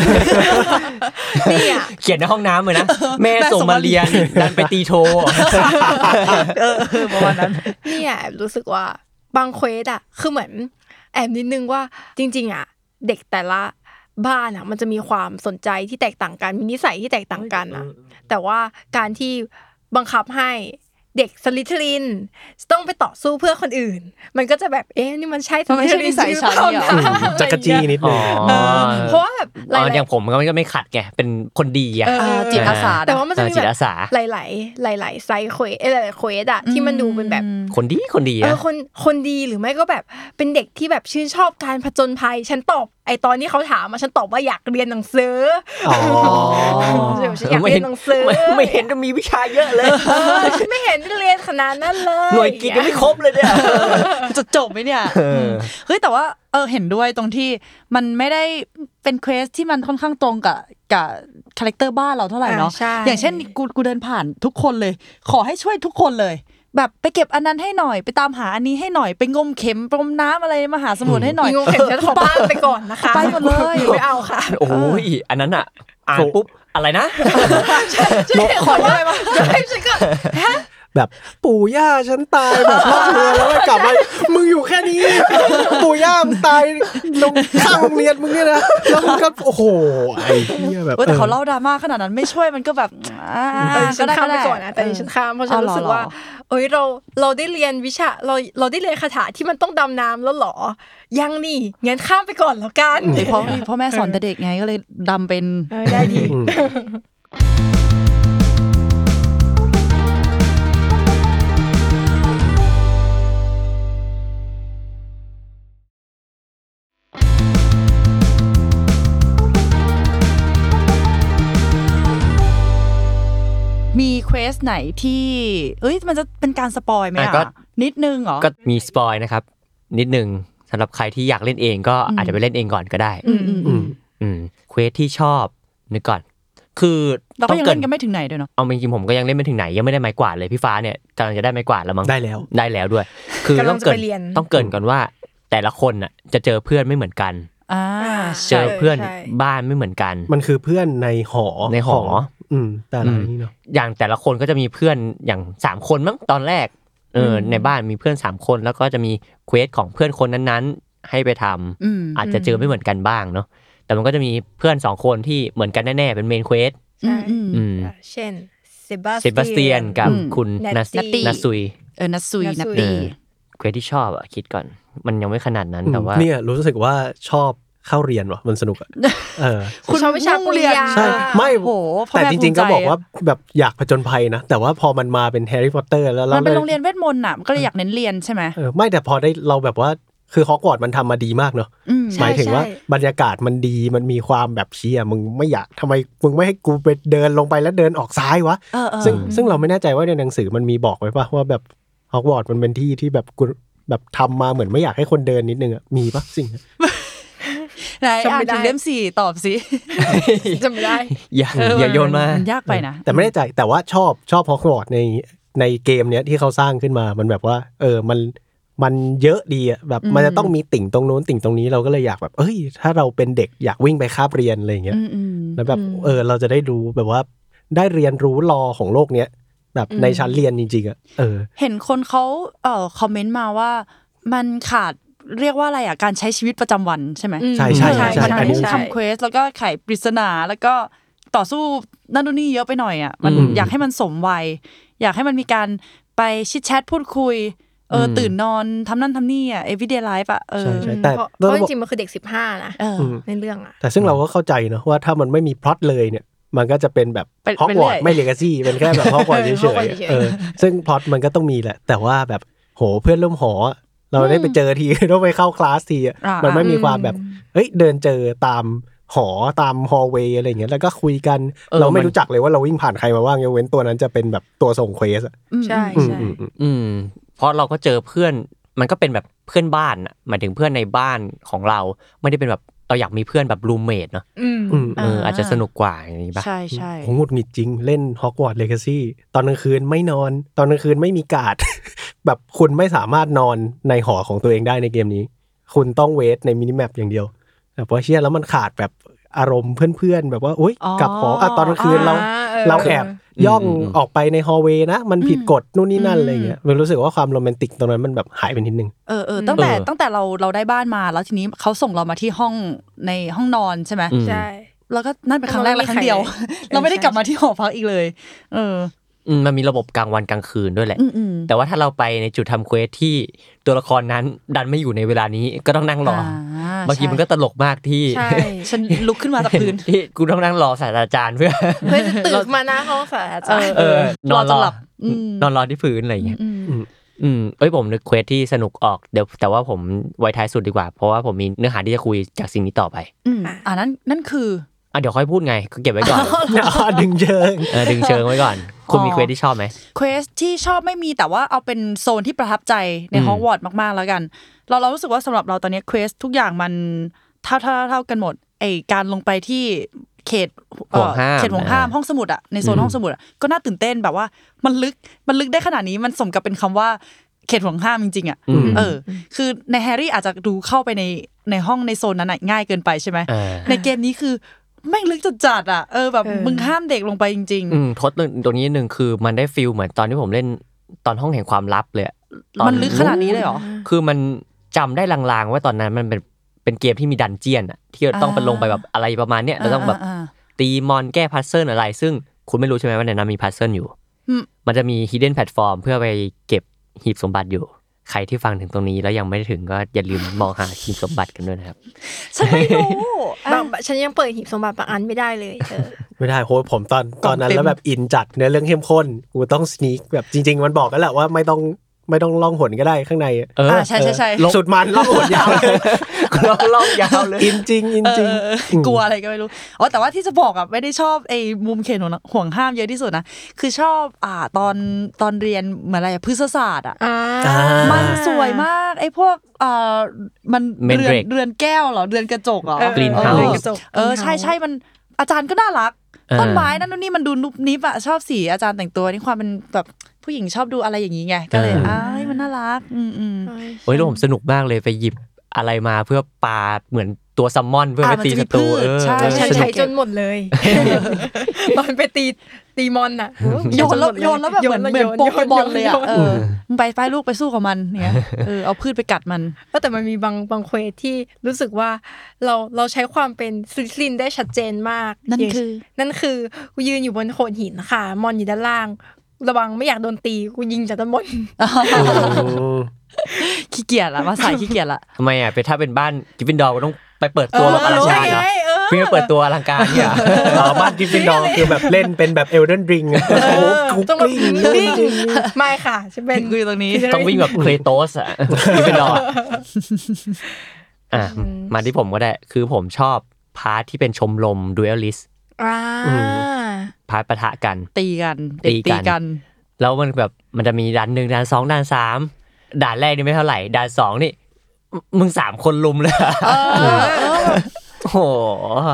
S4: เนี่ย
S3: เขียนในห้องน้ำเลยนะ แม่
S1: แม่ส่
S3: ส่
S1: ง
S3: ง
S1: มา
S3: มาเรียนดั นไปตีโท
S1: เออเออประมาณนั้น
S4: เนี่ยแอบรู้สึกว่าบางเควสอะคือเหมือน แอบนิดนึงว่าจริง ๆอะเด็กแต่ละบ้านอะมันจะมีความสนใจที่แตกต่างกันมีนิสัยที่แตกต่างกันอะแต่ว่าการที่บังคับให้เด็กสลิทลินต้องไปต่อสู้เพื่อคนอื่น มันก็จะแบบเอ๊ะนี่มันใช่
S1: มันไม่ใช่นิสัยฉันเนี่ย
S4: หรือเปล่านะ
S2: จักรจี้นิดนึง
S4: เออเพราะว่าแบบห
S3: อ
S4: ลาย
S3: อ
S4: ๆ
S3: อย่างผมก็ไม่ก็ไม่ขัดไงเป็นคนดีอ่ะ
S4: เออ
S1: เออจิตอาสา
S4: แต่ว่ามันจะมี
S3: จิ
S4: แบ
S3: ต
S4: บ
S3: อาสา
S4: หลาย ๆ หลาย ๆ ไซส์เควสเอ้ยหลายๆเควสอะที่มันดูเป็นแบบ
S3: คนดีคนดี
S4: เออ
S3: อะ
S4: คนคนดีหรือไม่ก็แบบเป็นเด็กที่แบบชื่นชอบการผจญภัย ฉันตอบไอตอนที่เขาถามมาฉันตอบว่าอยากเรียนหนังสือ
S2: อ๋อ
S4: ฉันอยาก
S3: ไม่
S4: เรีย
S3: เห็น
S4: นหนังสือ
S3: ไม่ไม่เห็นจะมีวิชาเยอะเลย
S4: เออฉันไม่เห็นเรียนขนาดนั้นเลย
S3: หน่วยกินยังไม่ครบเลยเนี่ย
S1: จะจบไหมเนี่ยมเฮ้ยแต่ว่าเออเห็นด้วยตรงที่มันไม่ได้เป็นเควสที่มันค่อนข้างตรงกับกับคาแรคเตอร์บ้านเราเท่าไหร่เนาะ
S4: ใช่
S1: อย่างเช่นกูกูเดินผ่านทุกคนเลย ขอให้ช่วยทุกคนเลย แบบไปเก็บอันนั้นให้หน่อยไปตามหาอันนี้ให้หน่อยไปงมเข็มปรมน้ำอะไรมหาสมุทรให้หน่อย
S4: มีงงเข็มฉันขอบ้านไปก่อนนะคะ
S1: ไปหมดเลย
S4: ไม่เอาค่ะ
S3: โอ้ยอันนั้นอ่ะอ่านปุ๊บอะไรนะ
S1: ขอได้ปะ
S4: ใช่ฉันก็ฮะ
S2: แบบปู่ย่าฉันตายแบบพ่อเธอแล้วก็กลับมามึงอยู่แค่นี้ ปู่ย่ามึงตายตรงข้างโรงเรียนมึงเนี่ยนะแล้วมึงก็โอ้โหไอ้เหี้ยแบบ
S1: เออแต่เขาเล่าดราม่าขนาดนั้นไม่ช่วยมันก็แบบอ่า
S4: เออฉันข้ามไปก่อนนะแต่
S1: เออ
S4: ฉันข้ามเพราะฉัน
S1: เอาเหรอ
S4: รู้สึกว่า
S1: เหรอ
S4: เอ้ยเราเราได้เรียนวิชาเราเราได้เรียนคาถาที่มันต้องดำน้ำแล้วเหรอ ยังนี่งั้นข้ามไปก่อนแล้วกัน
S1: เออเพราะมีพ่อแม่สอนแต่เด็กไงก็เลยดำเป็น
S4: เออได้ดี
S2: อืม
S1: มีเควสไหนที่ เอ้ยมันจะเป็นการสปอยไหม
S3: อ่ะก็
S1: อ่ะ นิดนึงเหรอ
S3: ก็มีสปอยนะครับ นิดนึงสำหรับใครที่อยากเล่นเองก็
S1: อืม
S3: อาจจะไปเล่นเองก่อนก็ได้
S1: อืมอืม
S2: อืม
S3: อืมเควสที่ชอบนึกก่อน คือ
S1: เรา
S3: ต้
S1: ก็
S3: อง
S1: ยัง
S3: เกิ
S1: เล่นกันไม่ถึงไหนด้วยเนาะ
S3: เอาจริงๆผมก็ยังเล่นไม่ถึงไหนยังไม่ได้ไม้กวาดเลยพี่ฟ้าเนี่ยกำลังจะได้ไม้กวาดแล้วมั้ง
S2: ได้แล้ว
S3: ได้แล้วด้วย คือ
S4: ำลั
S3: ต้อง ง
S4: จะ
S3: เกริ
S4: ไปเรียน
S3: นต้องเกรินก่อนว่า แต่ละคนน่ะจะเจอเพื่อนไม่เหมือนกัน
S1: อ่า
S3: เจ
S1: ใช่
S3: อเพื่อน
S4: ใช่
S3: บ้านไม่เหมือนกัน
S2: มันคือเพื่อนในหอ
S3: ในห
S2: ข
S3: อ
S2: งอืม แต่ละนี่เนาะ
S3: อย่างแต่ละคนก็จะมีเพื่อนอย่างสามคนมั้งตอนแรกเอออในบ้านมีเพื่อนสามคนแล้วก็จะมีเควสของเพื่อนคนนั้นๆ ให้ไปทำ
S1: อืม
S3: อาจจะเจอไม่เหมือนกันบ้างเนาะแต่มันก็จะมีเพื่อนสองคนที่เหมือนกันแน่ๆเป็นเมนเควส
S1: อืมอืม
S3: อืม
S4: เช่น เซบา
S3: เซบาสเตียนกับ
S1: อืม
S3: คุณ
S4: นั
S3: นั
S4: ต
S3: ส
S4: ตี้
S1: ตี้
S3: นัสซุย
S1: เออนัสซุย
S4: นัสซุย
S1: นัต
S3: เอ
S1: ตี้
S3: อเควสที่ชอบอะคิดก่อน มันยังไม่ขนาดนั้น
S2: อืม
S3: แต่ว่า
S2: เนี่ยรู้สึกว่าชอบเข้าเรียนว่ะมันสนุกอะเออ
S4: ชอบวิชาปริญญา
S2: ใช่ไม่
S1: โอ้โหพ่อ
S2: แต่
S1: ม่
S2: จริง ๆ ก็
S1: ภูมิใ
S2: บอกว่าแบบอยากผจญภัยนะ แต่ว่าพอมันมาเป็นแฮร์รี่พอตเตอร์แล้ว
S1: มันเป็นโรงเรียนเวทมนต์อ่ะมันก็เลยอยากเน้นเรียนใช่ไหม
S2: เออไม่แต่พอได้เราแบบว่าคือฮอกวอตส์มันทำมาดีมากเนอะ
S1: อืม
S4: ใช่
S2: หมายถึงว่า
S4: ใช่
S2: บรรยากาศมันดีมันมีความแบบเชียมึงไม่อยากทำไมมึงไม่ให้กูไปเดินลงไปแล้วเดินออกซ้ายวะ
S1: เออเออ
S2: ซึ่งซึ่งเราไม่แน่ใจว่าในหนังสือมันมีบอกไว้ปะว่าแบบฮอกวอตส์มันเป็นที่ที่แบบกูแบบทำมาเหมือนไม่อยากให้คนเดินนิดนึงอะมีปะสิ่งนั้น
S1: ไหน
S4: จำ
S1: อ่า
S4: ไม่
S1: น
S4: ได้
S1: ถึงเล่มสี่ตอบสิ
S4: จำไม่ได้
S3: อย่าอย่าโยนมา
S1: นยากไปนะ
S2: แต่ไม่แน่ใจแต่ว่าชอบชอบฮอกวอตส์ในในเกมเนี้ยที่เขาสร้างขึ้นมามันแบบว่า เออมันมันเยอะดีอะแบบมันจะต้องมีติ่งตรงโน้นติ่งตรงนี้เราก็เลยอยากแบบ เอ้ย ถ้าเราเป็นเด็กอยากวิ่งไปคาบเรียนอะไรอย่างเงี้ย
S1: อืมอืม
S2: แล้วแบบ
S4: อืม
S2: เออเราจะได้รู้แบบว่าได้เรียนรู้รอของโลกเนี้ยแบบ
S4: อืม
S2: ในชั้นเรียนจริงๆอะเออ
S1: เห็นคนเขาเอ่อคอมเมนต์มาว่ามันขาดเรียกว่าอะไรอ่ะการใช้ชีวิตประจำวันใช่ไหม
S4: อืม
S2: ใช่ใช่ใช่ใช่
S1: มัน
S2: อันนี้
S1: ไม่ได้ทำเควสแล้วก็ไขปริศนาแล้วก็ต่อสู้นั่นนู่นนี่เยอะไปหน่อยอ่ะมัน
S3: อืม
S1: อยากให้มันสมวัย อยากให้มันมีการไปชิดแชทพูดคุยเอออ
S3: ม
S1: ตื่นนอนทำนั่นทำนี่อ่ะ everyday life อ่ะเออ
S2: ใช่ใช่แต่
S4: เพราะเพ
S2: เรา
S4: ราะ
S2: บ
S4: จ
S2: อก
S4: ริงๆมันคือเด็กสิบห้านะ
S1: เออ
S2: อืม
S4: ในเรื่องอ่ะ
S2: แต่ซึ่งเราก็เข้าใจเนอะว่าถ้ามันไม่มีพล็อตเลยเนี่ย มันก็จะเป็นแบบ
S1: เป็น
S2: ฮอก
S1: เป็น
S2: ว
S1: เรื่
S2: อ
S1: อ
S2: ต
S1: ย
S2: ไม่เลกาซี่เป็นแค่แบบฮอกวอต
S4: เอ
S2: เฉ
S4: อย Hogwarts เฉย
S2: ๆ
S4: ๆ
S2: เออซึ่งพล็อตมันก็ต้องมีแหละ แต่ว่าแบบโหเพื่อนร่วมหอ เราได้ไปเจอที ต้องไปเข้าคลาสทีอะ
S1: อ่ามั
S2: มันไม่มีความแบบเฮ้ยเดินเจอตามหอตามฮอลล์เวย์อะไรอย่างเงี้ยแล้วก็คุยกัน
S3: เออ
S2: เราไม่
S3: มัน
S2: รู้จักเลยว่าเราวิ่งผ่านใครมาบ้างยกเว้นตัวนั้นจะเป็นแบบตัวส่งเควสอะ
S1: อืม
S4: ใช่
S2: อืม
S4: ใช่
S2: อืมอืม
S3: อืมเพราะเราก็เจอเพื่อนมันก็เป็นแบบเพื่อนบ้านอะหมายถึงเพื่อนในบ้านของเรา ไม่ได้เป็นแบบเราอยากมีเพื่อนแบบรูมเมทเนาะ
S4: อืม
S2: อืม
S3: เอออาจจะสนุกกว่าอย่างนี้ปะ
S1: ใช่ใช่
S2: ผมหงุดหงิดจริงเล่นฮอกวอตเลกาซี่ตอนกลางคืนไม่นอน ตอนกลางคืนไม่มีการ์ด แบบคุณไม่สามารถนอนในหอของตัวเองได้ในเกมนี้ คุณต้องเวทในมินิแมปอย่างเดียวแต่พอเชื่อแล้วมันขาดแบบอารมณ์เพื่อนๆ แบบว่าอุ้ยกลับหออ่ะตอนกลางคืนเรา
S4: อ่าเออ
S2: เราแอบย่องออกไปในฮอลล์เวย์นะ มันผิดกฎนู่นนี่นั่นอะไรอย่างเงี้ยมันรู้สึกว่าความโรแมนติกตรงนั้นมันแบบหายไปนิดนึง
S1: เออเออตั้งแต่ตั้งแต่เราเราได้บ้านมาแล้วทีนี้เขาส่งเรามาที่ห้องในห้องนอนใช่ไหม
S3: อืม
S4: ใช่
S1: แล้วก็นั่นเป็นครั้งแรกและครั้งเดียว
S4: เรา
S1: เรา
S4: ไม่มีใครเลย
S1: ไม่ได้กลับมาที่หอพักอีกเลย เออ
S3: อืมมันมีระบบกลางวันกลางคืนด้วยแหละ
S1: อืมอืม
S3: แต่ว่าถ้าเราไปในจุดทำเควสที่ตัวละครนั้นดันไม่อยู่ในเวลานี้ก็ต้องนั่งรอ
S1: อ่า
S3: บางที
S1: ใช่
S3: มันก็ตลกมากที่
S4: ใช่
S1: ฉันลุกขึ้นมาจากพื้น
S3: ที่กูต้องนั่งรอศาสตราจารย์เพื่อ
S4: เพื่อจะตื่นมาหน้าห้องศาสตราจารย์
S3: เออ
S1: รอจน
S3: นอนรอ
S1: หลับอืม
S3: นอนรอที่พื้นอะไรอย่างเงี้ย
S1: อืม
S3: อืมเอ้ยผมนึกเควสที่สนุกออกเดี๋ยวแต่ว่าผมไว้ท้ายสุดดีกว่า เพราะว่าผมมีเนื้อหาที่จะคุยจากสิ่งนี้ต่อไป
S1: อืมอ่านั้นนั่นคือ
S3: อ่ะเดี๋ยวค่อยพูดไงก็เก็บไว้ก่อน
S2: อ่ะดึงเชิง
S3: เออดึงเชิงไว้ก่อน คุณมีเควสที่ชอบไหม
S1: เควสที่ชอบไม่มีแต่ว่าเอาเป็นโซนที่ประทับใจใน
S3: อืม
S1: ฮอกวอตส์มาก ๆ แล้วกัน เราเรารู้สึกว่าสำหรับเราตอนนี้เควสทุกอย่างมันเท่าเท่าเท่ากันหมดไอการลงไปที่เขตเอ่อ
S3: ห่วงห้าม
S1: เขตห่วงห้าม
S3: อ่า
S1: ห้องสมุดอะในโซน
S3: อืม
S1: ห้องสมุดอะก็น่าตื่นเต้นแบบว่ามันลึกมันลึกได้ขนาดนี้มันสมกับเป็นคำว่าเขตห่วงห้ามจริงๆอะ
S3: อืม
S1: เออ คือในแฮร์รี่อาจจะดูเข้าไปในในห้องในโซนนั้นอะง่ายเกินไปใช่ไหม
S3: อ่า
S1: ในเกมนี้คือแม่งลึกจัดๆอ่ะ เออแบบ
S4: เออ
S1: มึงห้ามเด็กลงไปจริง
S3: อืมทดเรื่องตรงนี้นิดนึงคือมันได้ฟิลเหมือนตอนที่ผมเล่นตอนห้องแห่งความลับเลยอะตอ
S1: ๆ มันลึกขนาดนี้เลยเหรอ
S3: คือมันจำได้ลางๆว่าตอนนั้นมันเป็นเป็นเกมที่มีดันเจียนอะที่ต้องไปลงไปแบบอะไรประมาณเนี้ยเราต้องแบบ
S1: อ่า
S3: ตีมอนแก้พัซเซิลอะไร ซึ่งคุณไม่รู้ใช่ไหมว่าในนั้นมีพัซเซิลอยู่
S1: อืม
S3: มันจะมี hidden platform เพื่อไปเก็บหีบสมบัติอยู่ ใครที่ฟังถึงตรงนี้แล้วยังไม่ได้ถึงก็อย่าลืมมองหาหีบสมบัติกันด้วยนะครับ
S1: ๆๆฉันไม่รู้
S4: บางฉันยังเปิดหีบสมบัติบางอันไม่ได้เลยเออ
S2: ไม่ได้โหผมตอนตอนนั้น
S1: เต็ม
S2: แล้วแบบอินจัดเนื้อเรื่องเข้มข้นกูต้องสนีกแบบจริง ๆ มันบอกกันแหละว่าไม่ต้องไม่ต้องล่องหนก็ได้ข้างในอะ
S3: เออ
S1: อ่าใช่ใช่ใช่
S2: เออสุดมันล่องหนยาวเลย
S3: เราลองยาวเลย
S2: อินจริงอิน
S1: เออ
S2: จริง
S1: เออเอออกลัวอะไรก็ไม่รู้อ๋อแต่ว่าที่จะบอกอ่ะไม่ได้ชอบไอ้มุมเขตห่วงห่วงห้ามเยอะที่สุดนะ คือชอบอ่าตอนตอนเรียนเหมือนอะไรอะพฤกษศาสตร์อ่ะ
S4: อ่า
S1: มันสวยมากไอ้พวกเอ่อมันเรือน
S3: Mandrake
S1: เรือนแก้วเหรอเรือนกระจกเหรอ
S3: Green
S1: ออ
S3: House
S1: เออเออใช่ใช่มันอาจารย์ก็น่ารัก
S3: เออ
S1: ต้นไม้นั่นนู่นนี่มันดูนุบนิบอะชอบสีอาจารย์แต่งตัวนี่ความเป็นแบบผู้หญิงชอบดูอะไรอย่างนี้ไงก็เลย
S3: เออ
S1: อ้ายมันน่ารักอืมอืม
S3: โอ้ยแล้วผมสนุกมากเลยไปหยิบอะไรมาเพื่อปาเหมือน ตัวซัมมอนเพื่อไป
S1: อ่ามัน
S3: ตี
S1: จะมี
S3: ศัตรู
S1: พืช
S3: เออ
S1: ใช่
S4: ใช่
S3: สนุ
S4: ใช้
S3: ก
S4: จนหมดเลย ตอนไปตีตีมอนน่ะ
S1: โยนแล้วโยนแล้วแบบเหมือนเหมือนโปเกมอนเลยอ่ะเอ
S4: โน
S1: อมึงไปไปลูกไปสู้กับมันเนี่ยเออเอาพืชไปกัดมัน
S4: เออแต่มันมีบางบางเควสที่รู้สึกว่าเราเราใช้ความเป็นซิลินได้ชัดเจนมาก
S1: นั่น
S4: อย่าง
S1: คือ
S4: นั่นคือกูยืนอยู่บนโขดหินค่ะ มอนอยู่ด้านล่าง ระวังไม่อยากโดนตีกูยิงจากด้านบน
S1: ขี้เกียจละมาสายขี้เกียจละ
S3: ทำไมอ่ะเป็นถ้าเป็นบ้านกิฟฟินดอร์ก็ต้องไปเปิดตัวแบบอลังการ
S4: เออรู้
S3: นะ
S4: ไงเออ
S3: เพิ่งไปเปิดตัวอลังการเนี่ย
S2: อ๋อบ้านกิฟฟินดอร์คือแบบเล่นเป็นแบบเอลเดนริงอะโอ้โหกุ๊ก
S4: ต้องแบบ
S2: กลิ้ง
S4: วิ่งไม่ค่ะฉันเป็น
S1: คือตรงนี้
S3: ต้องวิ่งแบบเคลโตสอ่ะกิฟฟินดอร์อ่ะมาที่ผมก็ได้คือผมชอบพาร์ทที่เป็นชมรมดูเอลลิส
S4: อ่า
S3: พาร์ทปะทะกัน
S1: ตีกันเด็ก
S3: ตี
S1: ตี
S3: กัน
S1: กัน
S3: แล้วมันแบบมันจะมีด่านหนึ่งด่านสองด่านสามด่านแรกนี่ไม่เท่าไหร่ด่านสองนี่มึมึงสามคนลุมเลยอะ
S1: เออเออ
S3: โอ้โห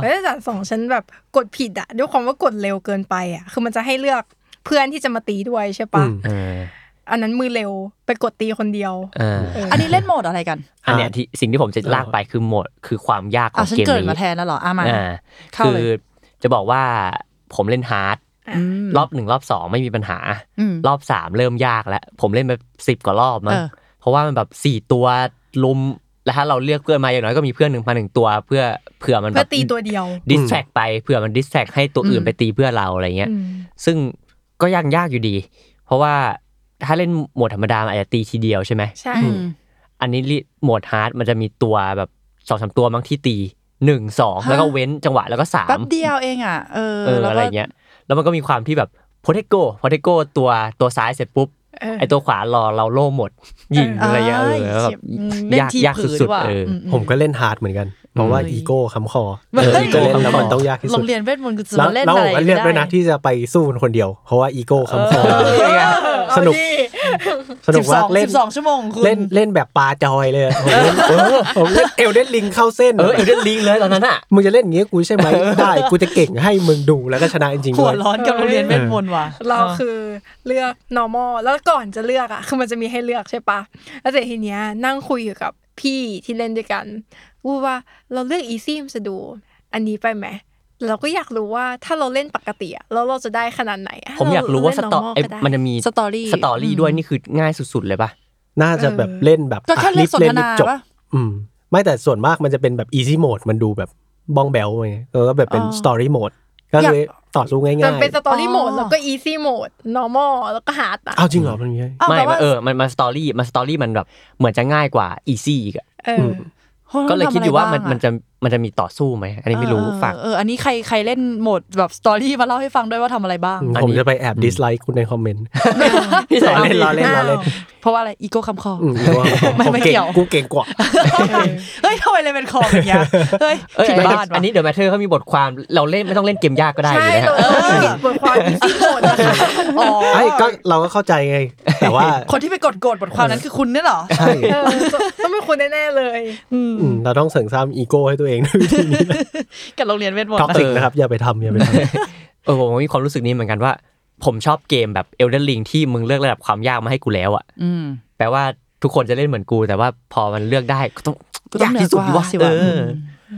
S4: เฮ้ยแต่สองฉันแบบกดผิดอะด้วยความว่ากดเร็วเกินไปอะคือมันจะให้เลือกเพื่อนที่จะมาตีด้วยใช่ปะ
S3: เออ
S4: อันนั้นมือเร็วไปกดตีคนเดียว
S3: เออ
S4: เ
S1: อันนี้เล่นโหมดอะไรกัน
S3: อันเนี้ยที่สิ่งที่ผมจะลากไปคือโหมดคือความยากข
S1: อ่ะ
S3: อง
S1: ฉัน
S3: เกม
S1: เกิด
S3: นี้
S1: มาแทนแล้วเหรออ่ะมา
S3: อ่า
S1: เข้า
S3: คือ
S1: เลย
S3: จะบอกว่าผมเล่นฮาร์ด
S4: อื
S1: ม
S3: รอบหนึ่งรอบสองไม่มีปัญหา
S1: อืม
S3: รอบสามเริ่มยากแล้ว ผมเล่นไปสิบกว่ารอบมั้ง
S1: เออ
S3: เพราะว่ามันแบบสี่ตัวลุมแล้วถ้าเราเลือกเพื่อนมาอย่างน้อยก็มีเพื่อนหนึ่งมาหนึ่งตัวเพื่อเผื่อมันแบ
S4: พื่อบ ตีตัวเดียว
S3: ดิสแทรกไปเผื่อมันดิสแทรกให้ตัวอื่นไปตีเพื่อเราอะไรเงี้ย
S4: อืม
S3: ซึ่งก็ยังยากอยู่ดี เพราะว่าถ้าเล่นโหมดธรรมดามันอาจจะตีทีเดียวใช่ไหม
S4: ใช่
S1: อืม
S3: อันนี้ลิโหมดฮาร์ดมันจะมีตัวแบบสองสามตัวบางที่ตีหนึ่งสอง
S1: ฮะ
S3: แล้วก็เว้นจังหวะแล้วก็สา
S1: แป๊
S3: ม
S1: บเดียวเองอ่ะเออ
S3: เออ
S1: แล้ว
S3: อะไร
S1: ก็
S3: เงี้ย แล้วมันก็มีความที่แบบโพเทโกโพเทโกตัวตัวซ้ายเสร็จปุ๊บ
S4: เออ
S3: ไอตัวขวารอเราโล่หมดยิงอะไรเงี้ยเออแล้วแบบ
S1: เล่น
S3: ยาก
S1: ที
S3: ยาก
S1: ผืน
S3: สุด
S1: ว่ะ
S3: ๆเอออ
S1: ม
S2: ผมก็เล่นฮาร์ดเหมือนกันเพราะว่าอีโก้คำคอ
S3: เอออีโก้
S2: จะเล่นแล้ว
S3: คำคอ
S2: มันต้องยากที่
S1: โร
S2: สุด
S1: งเรียนเวทมนต์กูจะ
S2: แล้ว
S1: มาเล่น
S2: แล้ว
S1: อะ
S2: ผ
S1: ไร
S2: มก็เลือกด้วย
S1: ไม่
S2: นะ
S1: ได้
S2: ที่จะไปสู้คนเดียว เพราะว่าอีโก้คำคอ สนุก สนุ
S1: สิบ
S2: ก
S1: ส
S2: มา
S1: อก ง
S2: เล่น
S1: สิบสองชั่วโมงคุณ
S2: เล่นเล่นแบบปลาจอยเลยอะผมเล่นเออผมเล่นเอลเดนริงเข้าเส้น
S3: เออเอลเดนลิงเลยตอนนั้นอ่ะ
S2: มึงจะเล่นอย่างงี้กูใช่ไหมได้กูจะเก่งให้มึงดูแล้วก็ชนะจริงๆ
S1: หั
S2: ด้
S1: ว
S2: วย
S1: ร้อนกับโรงเรียนเวทมนต์ว่ะ
S4: เราคือเลือก normal แล้วก่อนจะเลือกอะคือมันจะมีให้เลือกใช่ปะแล้วแต่ทีเนี้ยนั่งคุยอยู่กับพี่ที่เล่นด้วยกันกูว่าเราเลือก easy มันจะดู อันนี้ไปไหมเราก็อยากรู้ว่าถ้าเราเล่นปกติอะแล้วเราจะได้ขนาดไหนอะ
S3: ผมอยากรู้ว่าส
S4: เเล่น
S3: ตอ
S4: normal
S3: ไอ
S4: ก็ได้
S3: มันจะมี
S1: สตอรี่
S3: สตอรี่ด้วยนี่คือง่ายสุดๆเลยป่ะ
S2: น่าจะแบบเล่นแบบ
S1: ก็แค่เล่นสนท
S2: รี
S1: นา
S2: บจบ
S1: ปะ
S2: อืม ไม่แต่ส่วนมากมันจะเป็นแบบ easy mode มันดูแบบบ้องแบลไงแล้วก็แบบเป็น
S1: อ๋อ
S2: story mode ก็เลยต่อสู้ง่าย
S4: มันเป็นส
S2: ๆ
S4: ตอรี่
S1: อ๋อ
S4: โหมดแล้วก็อีซี่โหมด normal แล้วก็ hard อ่ะ
S2: เอาจริงเหรอมันมีให้
S1: อ้าว
S3: ไม่
S1: แปลว่า
S3: เออ มันมาสตอรี่มาสตอรี่มันแบบเหมือนจะง่ายกว่าอีซี่อีกอะ
S4: เออ
S1: โห
S3: ก็เลยคิดอยู่ว่ามัน
S1: ทำะไรบ้งอะ
S3: มันจะมันจะมีต่อสู้ไหม อันนี้ไม่รู้
S1: เออ
S3: ฝาก
S1: เอออันนี้ใครใครเล่นโหมดแบบสตอรี่มาเล่าให้ฟังด้วยว่าทำอะไรบ้าง
S2: อืม
S3: อันนี้
S2: ผมจะไปแอบ dislike คุณในคอมเมนต์
S3: พี่ส
S2: ร
S3: อ
S2: อ นเล่นรอเล่นรอเล่น
S1: เพราะว่าอะไรอีโก้คำคอ
S2: อืมเพราะว่า
S1: ไม่
S2: ผม
S1: ไม่
S2: เก่
S1: เกี่
S2: ง
S1: ยว
S2: กูเก่งกว่า
S1: เฮ้ยทำไมเลยเป็นคอเป็นอย่างเงี้ยเฮ้ย
S3: เอ้ย
S1: ผิด
S3: ไอ้
S1: บ้าน
S3: อั
S1: ว่ะ
S3: นนี้เดี๋ยวแมทเธอร์เขามีบทความเราเล่นไม่ต้องเล่นเกมยากก็ได้อยู่
S4: ใช่
S3: นะฮะ
S4: เราเราเขียนบทความอีซี่โหมดนะคะ
S1: อ๋อ
S2: ไอ้ยก็เราก็เข้าใจไง แต่ว่า
S1: คนที่ไปกดโกรธบทความนั้นคือคุณเนี่ยเหรอ
S2: ใช่
S4: เออต้องเป็นคุณแน่ๆเลย
S2: อืมเราต้องเสริมสร้างอีโก้ให้ตัวเองด้วยวิธีนี้
S1: กับโรงเรียนเวทมน
S2: ท็อก
S1: ต์
S2: ซิกนะครับ อย่าไปทำอย่าไปท
S3: เออผมมีความรู้สึกนี้เหมือนกันว่า ผมชอบเกมแบบเอลเดนลิงที่มึงเลือกระดับความยากมาให้กูแล้วอะ
S1: อืม
S3: แปลว่าทุกคนจะเล่นเหมือนกูแต่ว่าพอมันเลือกได้ก็ต้อง
S1: ก็
S3: ยากที่สุด
S1: เหนือก
S3: วะ
S1: สิ
S3: เอ
S1: วะ
S3: อ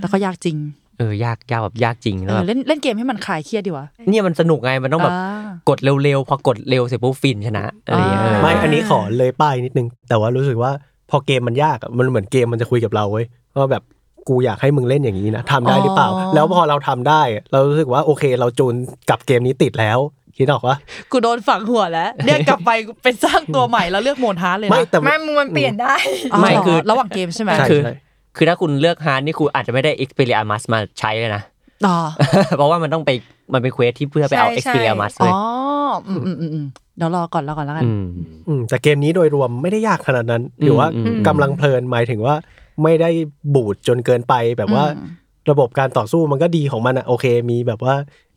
S1: แล้วก็ยากจริง
S3: เออยากยากแบบยากจริง
S1: เอ
S3: แล้ว
S1: อ
S3: แบบ
S1: เล่นเล่นเกมให้มันคลายเครียดดีวะ
S3: เนี่ยมันสนุกไงมันต้องแบบ
S1: อ่า
S3: กดเร็วๆ พอกดเร็วเสร็จปุ๊บฟินชนะอะไรอย่างเงี้ย
S1: อ่า
S2: ำไม่อันนี้ขอเลยป้ายนิดนึง แต่ว่ารู้สึกว่าพอเกมมันยากอะมันเหมือนเกมมันจะคุยกับเราเว้ยว่าแบบกูอยากให้มึงเล่นอย่างนี้นะทำได้หรือเปล่า
S1: อ๋อ
S2: แล้วพอเราทำได้อะเรารู้สึกว่าโอเค เราจูนกับเกมนี้ติดแล้ว คิดออกปะ
S1: กูโดนฝังหัวแล้วเรียกกลับไปเป็นสร้างตัวใหม่แล้วเลือกโหมดฮาร์ดเลยนะ
S2: ไม่แต่
S4: ไม่มึงมันเปลี่ยนได้
S1: าว
S3: ไม่คือ
S1: เหรระหว่างเกมใช่ไหม
S2: ใช่
S3: คือ
S2: ใช่
S3: คือถ้าคุณเลือกฮาร์ดนี่คุณอาจจะไม่ได้ Xperia Max มาใช้เลยนะ
S1: อ๋อ
S3: เพราะว่ามันต้องไปมันเป็นเควสที่เพื่อไปเอา
S4: ใช่ใช่
S3: Xperia Max เล
S1: อ๋
S3: ย
S1: ออืมอืมอืมอืมเดี๋ยวรอก่อนรอก่อนแล้วกัน
S3: อืม
S2: อืมแต่เกมนี้โดยรวมไม่ได้ยากขนาดนั้น หรือว่า
S3: อืม
S2: กำลังเพลินหมายถึงว่า ไม่ได้บูดจนเกินไปแบบว่า
S1: อืม
S2: ระบบการต่อสู้มันก็ดีของมันอะโอเค มีแบบว่า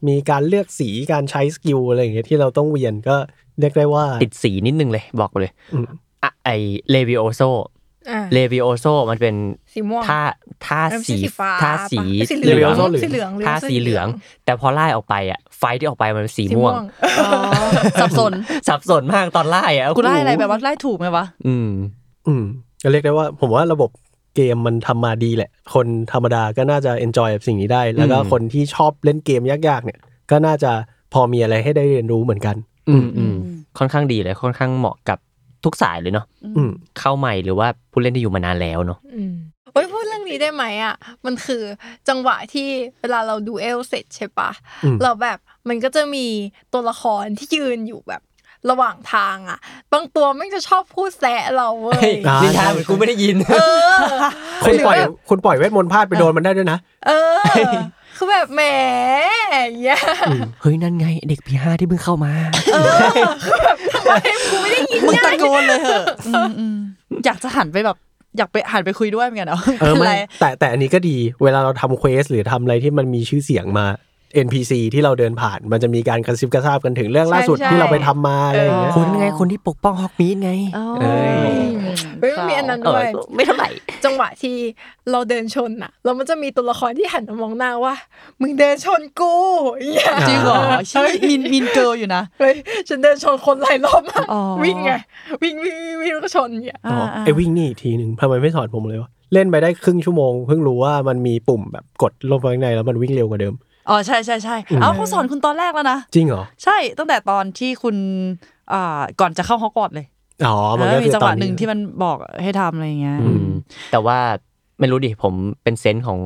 S2: มีการเลือกสีการใช้สกิลอะไรอย่างเงี้ยที่เราต้องเวียนก็เรียกได้ว่า
S3: ติดสีนิดนึงเลยบอกเลย
S2: อืม
S3: อะไอเลวิโอโซ
S4: อ่ะ
S3: เลวิโอโซมันเป็น
S4: สีม่วง
S3: ท่าท่า
S4: เออไม่
S3: สี
S4: ใช่สีฟ้า
S3: ท่าสี
S4: ปะสีเห
S2: เดี๋
S4: ลื
S2: ยวเดี๋
S4: อยง
S2: วส้มเหลือง
S4: สีเหลืองรือ
S3: ท่าสีเหลือง แต่พอไล่ออกไปอ่ะไฟที่ออกไปมันเป็นสี
S4: สี
S3: ม่
S4: ม่
S3: ว
S4: ว
S3: ง
S4: ง
S1: อ๋อสับสน
S3: สับสนมากตอนไล่อ่ะโโห
S1: กูไล่อะไรแบบว่าไล่ถูกไหมวะ
S3: อืม
S2: อืมก็เรียกได้ว่า ผมว่าระบบ เกมมันทำมาดีแหละ คนธรรมดาก็น่าจะ enjoy กับสิ่งนี้ได้ แล้วก็
S3: อืม
S2: คนที่ชอบเล่นเกมยากๆ เนี่ย ก็น่าจะพอมีอะไรให้ได้เรียนรู้เหมือนกัน
S3: อืมอืมค่อนข้างดีเลยค่อนข้างเหมาะกับทุกสายเลยเนาะ
S2: อืม
S3: เข้าใหม่หรือว่าผู้เล่นที่อยู่มานานแล้วเนาะ
S4: อืมโอ้ยพูดเรื่องนี้ได้ไหมอ่ะ มันคือจังหวะที่เวลาเราดูเอลเสร็จใช่ปะ
S2: อืม
S4: เราแบบมันก็จะมีตัวละครที่ยืนอยู่แบบระหว่างทางอ่ะ บางตัวแม่งจะชอบพูดแซะเราเว้ย
S2: อ่า
S3: นินทาเหมือนกูไม่ได้ยิน
S4: เออ
S2: คุณปล่อยคุณปล่อยเวทมนต์พลาดไปโดนมันได้ด้วยนะ
S4: เออ คือแบบแหมอย่างเงี้ย
S3: เฮ้ย นั่นไง เด็กปีห้าที่เพิ่งเข้ามา
S4: เออคือแบบทำไมกูไม่ได้ยิน
S1: มึง
S4: เนี่ย
S1: ตะโกนเลยเหอะอืมอืมอยากจะหันไปแบบ อยากไปหันไปคุยด้วยเหมือนกันเนาะ
S2: เออ
S1: เป็นไร
S2: ไม่แต่แต่อันนี้ก็ดีเวลาเราทำเควสหรือทำอะไรที่มันมีชื่อเสียงมา NPC ที่เราเดินผ่าน มันจะมีการกระซิบกระซาบกันถึงเรื่องล่าสุดที่เราไปทำมาอะไรอย่างเงี้ย
S3: คนไง คนที่ปกป้องฮอกมีดไงเอ้ย
S4: เฮ้ยมันมีอันนั้น
S3: เอ
S4: ด้ว
S3: อย ไม่เท่าไหร่
S4: จังหวะที่เราเดินชนน่ะแล้วมันจะมีตัวละครที่หันมามองหน้าว่า มึงเดินชนกูอย่างเงี้ย
S1: จริงเหรอใช่มินมินเกิลอยู่นะ
S4: เฮ้ยฉันเดินชนคนหลายรอบมาก
S1: อ๋อ
S4: วิ่งไงวิ่งวิ่งวิ่งวิ่งแล้วก็ชนอย่างเงี้ย
S2: อ๋อ
S1: อ่าๆ
S2: ไอวิ่งนี่อีกทีหนึ่งทำไมไม่สอนผมเลยวะเล่นไปได้ครึ่งชั่วโมงเพิ่งรู้ว่ามันมีปุ่มแบบกดลงไปข้างในแล้วมันวิ่งเร็วกว่าเดิม
S1: อ๋อใช่ใช่ใช่
S2: อืม
S1: เอาเขาสอนคุณตอนแรกแล้วนะ
S2: จริงเหรอ
S1: ใช่ตั้งแต่ตอนที่คุณอ่าก่อนจะเข้าฮอกวอตส์เลย
S2: อ๋อมัน
S1: เอ
S2: ก็
S1: อมี
S2: คือ
S1: จังห
S2: ตอ
S1: วะ
S2: น
S1: หนึ่
S2: นี้
S1: งที่มันบอกให้ทำอะไรอย่างเงี้ย
S3: อืม แต่ว่าไม่รู้ดิ ผมเป็นเซนส์ของ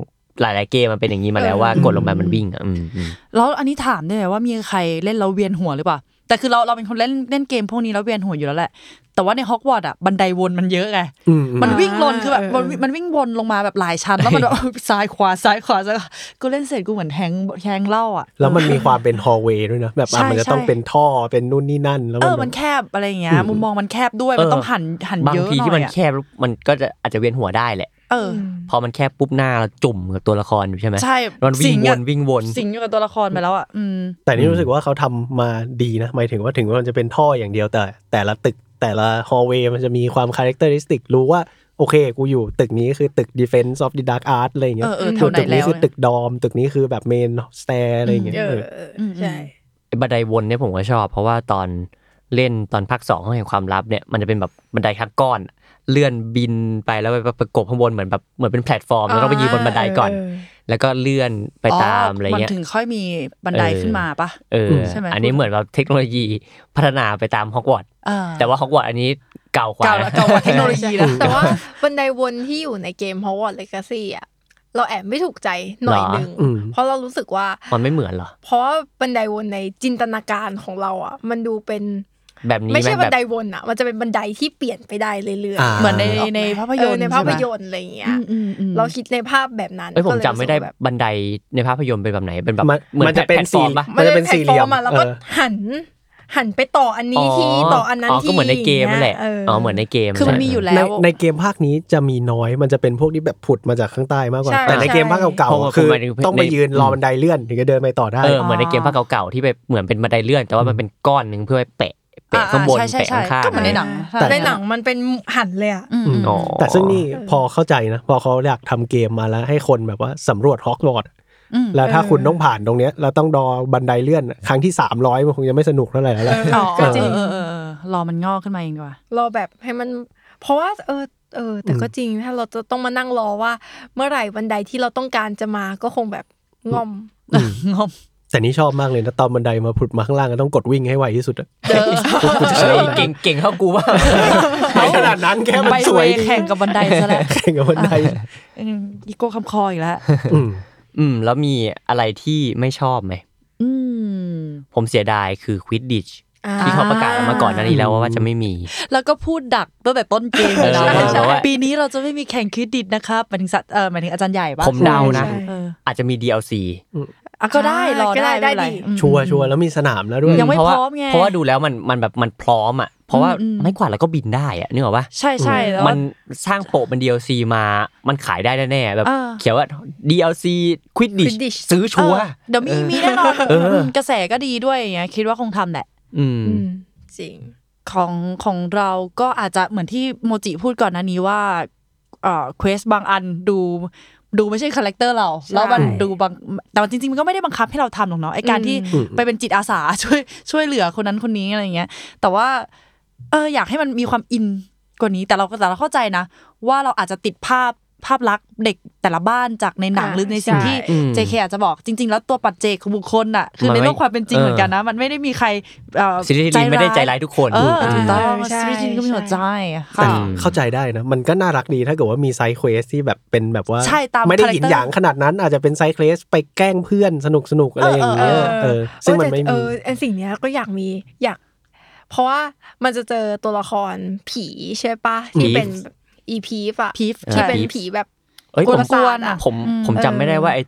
S3: หลาย ๆ เกมมันเป็นอย่างนี้มาแล้วว่ากดลงไปมันวิ่งอ่ะอืมอืม
S1: แล้วอันนี้ถามได้ไหมว่ามีใครเล่นแล้วเวียนหัวหรือเปล่า แต่คือเราเราเป็นคนเล่นเล่นเกมพวกนี้แล้วเวียนหัวอยู่แล้วแหละ แต่ว่าในฮอกวอตส์อ่ะบันไดวนมันเยอะไง
S2: อืมอืม
S1: มันวิ่งลนคือแบบมันมันวิ่งวนลงมาแบบหลายชั้นแล้วมันแบบ ซ้ายขวาซ้ายขวาซ้ายขวากูเล่นเสร็จกูเหมือนแทงแทงเหล่าอ่ะ
S2: แล้วมันมีความเป็นฮอลเวย์ด้วยนะแบบอ่ะ
S1: ใช่
S2: มันจะต้อง
S1: ใช่
S2: เป็นท่อเป็นนู่นนี่นั่นแล้ว
S1: เอ
S2: มัน
S1: อ
S2: แบ
S1: มัน
S2: บ
S1: แคบอะไรอย่างเงี้ย
S2: อืม
S1: มุมมองมันแคบด้วยมัน
S3: เออ
S1: ต้องหันหัน
S3: บาง
S1: เยอะห
S3: ที
S1: น่
S3: ที่
S1: อ
S3: มั
S1: ย
S3: น
S1: อะ
S3: แคบมันก็จะอาจจะเวียนหัวได้แหละ
S1: เออ
S3: พอมันแคบปุ๊บหน้าเราจุ่มกับตัวละครอยู่ใช่ไหม
S1: ใช่
S3: มัน
S1: สิ
S3: วิ่งว
S1: งอะ
S3: นวิ่งวน
S1: สิงอยู่กับตัวละครไปแล้วอ่ะอืม
S2: แต่นี่รู้สึกว่าเขาทำมาดีนะหมายถึงว่าถึงว่ามันจะเป็นท่ออย่างเดียวแต่ แต่ละตึกแต่ละฮอลเวย์มันจะมีความคาแรคเตอร์ลิสติกรู้ว่า โอเค กูอยู่ตึกนี้คือตึก Defense of the Dark Art อะไรอย่างเงี้ย
S1: เออเออแถวไหน
S2: ตึกนี้
S1: แล้ว
S2: คือตึกดอม ตึกนี้คือแบบเมนสเตร์อะไรอย่างเงี้ย
S4: เอ
S2: เอ
S4: อ
S2: อ
S4: เออใช่
S3: ไอ้บันไดวนเนี่ยผมก็ชอบ เพราะว่าตอนเล่นตอนภาคสองห้องแห่งความลับเนี่ยมันจะเป็นแบบบันไดทักก้อน เลื่อนบินไปแล้วไปประกบข้างบนเหมือนแบบเหมือนเป็นแพลตฟอร์มแล้วก็ไปยืนบนบันไดก่อน
S4: เ
S3: แล้วก็เลื่อนไปตามอะไร
S1: มัน
S3: เงี้ย
S1: ถึงค่อยมีบันได
S3: เออ
S1: ขึ้นมาปะ
S3: เออ
S1: ใช่ไหม
S3: อันนี้เหมือนแบบเทคโนโลยีพัฒนาไปตามฮอกวอตส์
S1: เออ
S3: แต่ว่าฮอกวอตส์อันนี้เก่ากว่า
S1: เก่าละเก่ากว่าเทคโนโลยีแล้ว
S4: แต่ว่าบันไดวนที่อยู่ในเกม Hogwarts Legacy อ่ะเราแอบไม่ถูกใจหน่อยนึง
S2: อืม
S4: เพราะเรารู้สึกว่า
S3: มันไม่เหมือนเหรอ
S4: เพราะว่าบันไดวนในจินตนาการของเราอ่ะ มันดูเป็น
S3: แบบนี้
S4: ไม่ใช่
S3: แง
S4: บัน
S3: แบ
S4: ได
S3: บ
S4: วนอ่ะ มันจะเป็นบันไดที่เปลี่ยนไปได้เรื่อย
S2: อ่า
S4: ๆ
S1: เหมือนใน
S4: กกไหม
S1: ในภาพยนตร์
S4: เออใน
S1: ใช่ไหม
S4: ภาพยนตร์อะไรอย่างเงี้ย
S1: อืมอืม
S4: เราคิดในภาพแบบนั้น
S3: เอ้ยผมจำ
S4: ก็ล
S3: ไม่ได้
S4: รู้สึกว่าแบบ
S3: บันไดในภาพยนตร์เป็นแบบไหนเป็นแบบ
S2: มัน
S3: เหมือน
S2: มันจะเป็น
S3: แพลตฟ
S2: สี
S3: อร์มปะ
S2: มันจะเป็นสี่เหลี่ยม
S4: นป็นแพลตฟอร์อะแล้วก็
S2: เออ
S4: หัน หันไปต่ออันนี้ทีต่ออันนั้นที
S3: ก็เหมือนในเกมนั่นแหละ
S4: ย่างงี้ย
S3: อ๋อ เหมือนในเกม
S1: คือมันมีอยู่แล้ว
S2: ในในเกมภาคนี้จะมีน้อยมันจะเป็นพวกที่แบบผุดมาจากข้างใต้มากกว่า
S4: ช่
S2: แต่ในเกมภาคเก่า
S3: เพระว่
S2: ๆคือ
S3: ผมหมายถึ
S2: ต้องไป
S3: ใน
S2: ยืนรอบันไดเลื่อนถึงจะเดินไปต่อได้
S3: เออ เหมือนในเกมภาคเก่าๆที่ไปเหมือนเป็นบันไดเลื่อน แต่ว่ามันเป็นก้อนหนึ่งเพื่อไปแปะ
S1: อ่
S3: แปะข้างบน
S1: ใช่ใช่
S3: แปะข้าง
S1: ใช่
S3: ข้าง
S1: ก็เหมือนในหนัง
S2: แต่
S4: ในหนังมันเป็นหันเลยอ่ะ
S1: อืมอืม
S3: อ๋อ
S2: แต่ซึ่งนี่พอเข้าใจนะ พอเขาอยากทำเกมมาแล้วให้คนแบบว่าสำรวจฮอกวอตส์
S1: อืม
S2: แล้วถ้า
S4: เออ
S2: คุณต้องผ่านตรงเนี้ยแล้วต้องดอบันไดเลื่อนครั้งที่ 300 มันคงจะไม่สนุกเท่าไหร่แล้วแหละ
S1: อ๋อ
S4: ก็จริง
S1: เออเออเออรอมันงอกขึ้นมาเองดีกว่า
S4: รอแบบให้มัน เพราะว่าเออ เออ แต่ก็จริงถ้าเราจะต้องมานั่งรอว่า เมื่อไหร่บันไดที่เราต้องการจะมาก็คงแบบงอม
S1: งอม
S2: แต่นี่ชอบมากเลยนะตอนบันไดมาผุดมาข้างล่างก็ต้องกดวิ่งให้ไวที่สุดอะ
S1: เจอ
S3: เฮ้ยเก่งเก่งเท่ากูว่า
S2: ไม่ขนาดนั้นแค่มัน
S1: ไป
S2: ส
S1: เว
S2: วย
S1: แข่งกับบันไดซะ แล้ว
S2: แข่งกับบันได
S1: อืมอีโก้คำคออีกแล้ว
S2: อืม
S3: อืม แล้วมีอะไรที่ไม่ชอบไหม
S1: อืม
S3: ผมเสียดายคือควิดดิชที่เขาประกาศออกมาก่อนหน้านี้แล้วว่าจะไม่มี
S1: แล้วก็พูดดักตั้งแต่ต้นเกมเลยนะ
S3: เออใช่
S1: ว่าปีนี้เราจะไม่มีแข่งคิดดิดนะครับหมายถึงสัตว์เออหมายถึงอาจารย์ใหญ่ปะ
S3: ผมเดานะ
S1: ใช่ใช่เออ
S3: อาจจะมี DLC
S1: อ่ะก็ได้รอได้
S4: ก็ได้
S1: ไม่เป็น
S4: ได้
S1: ไร
S4: ดิ
S1: อืม
S2: ชัวร์ชัวร์แล้วมีสนามแล้วด้วย
S1: ยังไม่
S3: เพราะ
S1: พ
S3: ว่า
S1: ร้อมไง
S3: เพราะว่าดูแล้วมันมันแบบมันพร้อมอ่ะ เพราะว่า
S1: อืมอืม
S3: ไม่กวาดแล้วก็บินได้อ่ะนึกออกปะ
S1: ใช่ใช่แล้ว
S3: มันสร้างโปะเป็น DLC มา มันขายได้แน่ๆ แบบ
S1: อ่า
S3: เขียนว่า DLC Quidditch
S4: Quidditch
S3: ซื้อชัวร์
S1: เออเดี๋ยวมีมีแน่นอน
S3: เออ
S1: มกระแสก็ดีด้วยอย่างเงี้ยคิดว่าคงทำแหละ
S3: อืม
S4: อืมจริง
S1: ของของเราก็อาจจะเหมือนที่โมจิพูดก่อนหน้านี้ว่าเอ่อเควสบางอันดูดูไม่ใช่คาแรคเตอร์เรา
S4: ใช่
S1: แล้วมันดูบางแต่ว่าจริงๆ มันก็ไม่ได้บังคับให้เราทำหรอกเนาะไอการที่
S2: อืม
S1: ไปเป็นจิตอาสา ช่วยช่วยเหลือคนนั้นคนนี้อะไรอย่างเงี้ย แต่ว่าเอออยากให้มันมีความอินกว่านี้แต่เราก็แต่เราเข้าใจนะ ว่าเราอาจจะติดภาพ ภาพลักษณ์เด็กแต่ละบ้านจากในหนัง
S4: อ่า
S1: หรือในสิ่งที่
S4: ใช่
S3: อืม
S1: JK อาจจะบอกจริง ๆ แล้วตัวปัจเจกของบุคคลอ่ะ คือ
S3: มัน
S1: ใน
S3: ไม่
S1: โลกความเป็นจริง
S3: เออ
S1: เหมือนกันนะ มันไม่ได้มีใครเอ่อ
S3: ซีรีส์ดีไม่ได้ใจร้ายทุกคน
S1: เออถูกต้อง
S4: ใช่
S1: ซีรีส์จีนก็มีหัวใจอะ
S2: แต่
S1: ค่ะ
S2: เข้าใจได้นะ มันก็น่ารักดีถ้าเกิดว่ามีไซด์เควสที่แบบเป็นแบบว่า
S1: ใช่ตาม
S2: ไม่ได้หยิน
S1: character
S2: หยางขนาดนั้นอาจจะเป็นไซด์เควสไปแกล้งเพื่อนสนุกสนุกๆอะไรอย่างเงี้ย
S4: เออเอ
S2: เอ
S4: อ
S2: อซึ่งมันไม่มี
S4: เออแต่เออไอ้สิ่งเนี้ยก็อยากมีอยาก เพราะว่ามันจะเจอตัวละครผีใช่ปะที่เป็นอีพีฟอะ
S1: พีฟ
S4: ที่
S1: ใช่
S4: เป็นผีแบบ
S3: เอ้ย
S1: ก
S3: ผ
S1: วน
S3: ม
S1: กวนอะ
S3: ผม
S1: อืม
S3: ผมจำไม่ได้
S4: เออ
S3: ว่าไอ้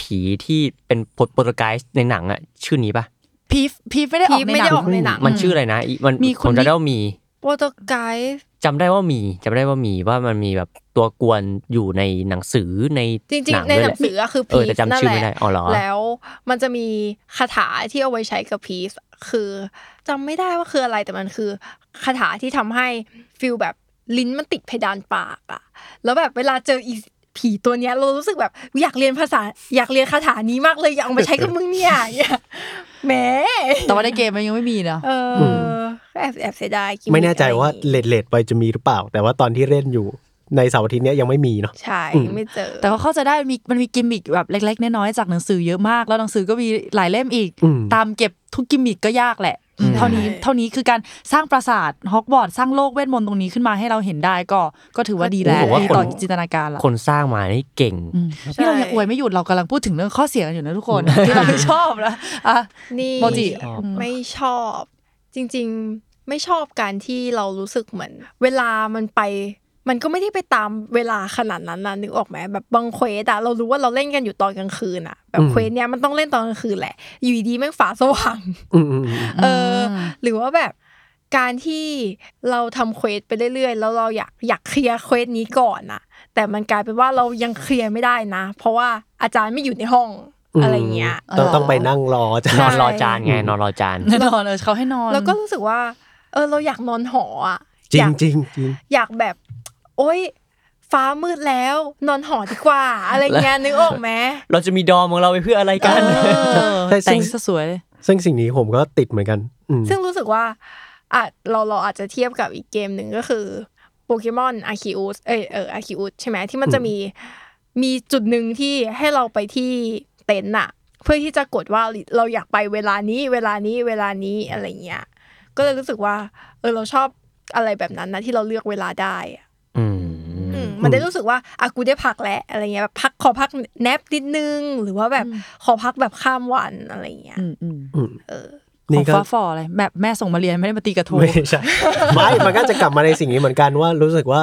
S3: ผีที่เป็นโปรโปรตุเกสในหนังอะชื่อนี้ปะ
S1: พีฟพีฟไม่ได้ออ
S4: พี
S1: ก
S4: ฟ
S1: ใน
S4: ไม่
S1: หนั
S4: ได้
S1: ง
S4: ออกในหนัง
S3: มันชื่ออะไรนะอีมัน
S1: มีคุ
S3: ผ
S1: ณ
S3: ม
S1: นิ
S3: จำได้ว่ามี
S4: โปรโตไกด์
S3: จำได้ว่ามีจำได้ว่ามีว่ามันมีแบบตัวกวนอยู่ในหนังสือใน
S4: จริง
S3: หนัง
S4: ๆ ใน
S3: ด้วย
S4: ห
S3: แห
S4: นั
S3: ละ
S4: งสืออะคือ
S3: เอ
S4: พี
S3: อ
S4: ฟ
S3: แต่จำ
S4: นั่น
S3: ชื่อ
S4: แห
S3: ไม่
S4: ละ
S3: ได้อ๋อเหรอ
S4: แล้วมันจะมีคาถาที่เอาไว้ใช้กับพีฟคือจำไม่ได้ว่าคืออะไรแต่มันคือคาถาที่ทำให้ฟิลแบบลิ้นมันติดเพดานปากอะแล้วแบบเวลาเจออีผีตัวเนี้ยเรารู้สึกแบบอยากเรียนภาษาอยากเรียนคาถานี้มากเลยอยากเอามาใช้กับมึงเนี่ย เนี่ยแหม
S1: แต่ว่าในเกมมันยังไม่มีนะ
S4: เอออแอบแอบเสียดายกิก
S2: ไม่แน่ใจว่า
S4: อะไรอย่างงี้
S2: เลดเลดไปจะมีหรือเปล่า แต่ว่าตอนที่เล่นอยู่ในเสาร์อาทิตย์เนี้ยยังไม่มีเนาะ
S4: ใช่ไม่เจอ
S1: แต่ก็เข้าใจได้มีมันมีกิมมิกแบบเล็ก ๆ น้อยๆจากหนังสือเยอะมาก แล้วหนังสือก็มีหลายเล่มอีก
S2: อืม
S1: ตามเก็บทุกกิมมิกก็ยากแหละ
S3: อืม
S1: เท่านี้เท่านี้คือการสร้างปราสาทฮอกวอตส์สร้างโลกเวทมนต์ตรงนี้ขึ้นมาให้เราเห็นได้ก็ก็ถือว่าดีแล้ว
S3: โอ้โหว่า
S1: ดี
S3: คน
S1: ต่อจินตนาการละ
S3: คนสร้างมานี่เก่ง
S1: อืม
S4: ใช่
S1: นี่เรายังอวยไม่หยุดเรากำลังพูดถึงเรื่องข้อเสียกันอยู่นะทุกคน ที่เราไม่ชอบ นะอ่ะ
S4: นี่
S1: โมจิ
S4: ไม่ชอบจริงๆไม่ชอบการที่เรารู้สึกเหมือน เวลามันไป มันก็ไม่ได้ไปตามเวลาขนาดนั้นนะนึกออกไหมแบบบางเควสอะเรารู้ว่าเราเล่นกันอยู่ตอนกลางคืนอะแบบ
S2: อืม
S4: เควสเนี้ยมันต้องเล่นตอนกลางคืนแหละ อยู่ดีๆแม่งฝาสว่าง
S2: อืมอืมอืม
S4: เออหรือว่าแบบการที่เราทำเควสไปเรื่อยๆ แล้วเราอยากอยากเคลียร์เควสนี้ก่อนน่ะ แต่มันกลายเป็นว่าเรายังเคลียร์ไม่ได้นะ เพราะว่าอาจารย์ไม่อยู่ในห้อง
S2: อืม
S4: อะไรเงี้ย
S2: ต้องต้องไปนั่งรอจ้ะ
S3: นอนรอจานไง
S2: ใช่
S3: นอนรอจาน
S1: แน่นอนเออเขาให้นอน
S4: แล้วก็รู้สึกว่า เออ เราอยากนอนหออะ
S2: จริ
S4: อง ยาก
S2: จริงจริง
S4: อยากแบบ โอ๊ย ฟ้ามืดแล้ว นอนหอดีกว่า อะไรเงี้ยนึกออกไหม
S3: เราจะมีดอมของเราไปเพื่ออะไรกัน
S1: เออ
S2: ใช่ซึ่
S1: แต่
S2: ง
S1: งซะสวยเลย
S2: ซึ่งสิ่งนี้ผมก็ติดเหมือนกันอืม
S4: ซึ่งรู้สึกว่าอ่ะเราเราอาจจะเทียบกับอีกเกมหนึ่งก็คือโปเกมอนอาคิอุสเอยเอออาคิอุสใช่ไหมที่มันจะมีมีจุดหนึ่งที่ให้เราไปที่เต็นท์อะเพื่อที่จะกดว่าเราอยากไปเวลานี้เวลานี้เวลานี้อะไรเงี้ยก็เลยรู้สึกว่า เออเราชอบอะไรแบบนั้นนะที่เราเลือกเวลาได้อะ
S3: อืม
S4: อืมมันได้รู้สึกว่าอ่ะกูได้พักแล้วอะไรเงี้ยแบบพักขอพักแนปนิดนึง หรือว่าแบบขอพักแบบข้ามวันอะไรเงี้ย
S1: อืมอืม
S2: อืม
S4: เออ
S1: ข
S2: นี่
S1: อง
S2: ก็
S1: ฟ้าฝ่ออะไรแบบแม่ส่งมาเรียนไม่ได้มาตีกระทง
S2: ไม่ใช่ ไม่มันก็จะกลับมาในสิ่งนี้เหมือนกันว่ารู้สึกว่า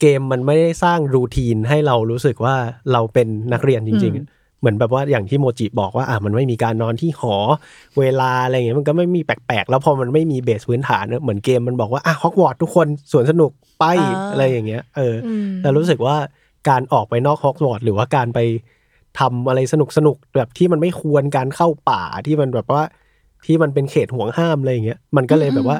S2: เกมมันไม่ได้สร้างรูทีนให้เรารู้สึกว่าเราเป็นนักเรียนจริง
S1: อืม
S2: ๆ เหมือนแบบว่าอย่างที่โมจิบอกว่าอ่ะมันไม่มีการนอนที่หอ เวลาอะไรอย่างเงี้ยมันก็ไม่มีแปลกๆ แล้วพอมันไม่มีเบสพื้นฐานเนอะเหมือนเกมมันบอกว่าอ่ะฮอกวอตส์ทุกคนสวนสนุกไป
S1: อ่า
S2: อะไรอย่างเงี้ยเอออ
S4: ม
S2: แต่รู้สึกว่าการออกไปนอกฮอกวอตส์หรือว่าการไปทำอะไรสนุกสนุกๆแบบที่มันไม่ควรการเข้าป่าที่มันแบบว่าที่มันเป็นเขตห่วงห้ามอะไรอย่างเงี้ยมันก็เลยแบบว่า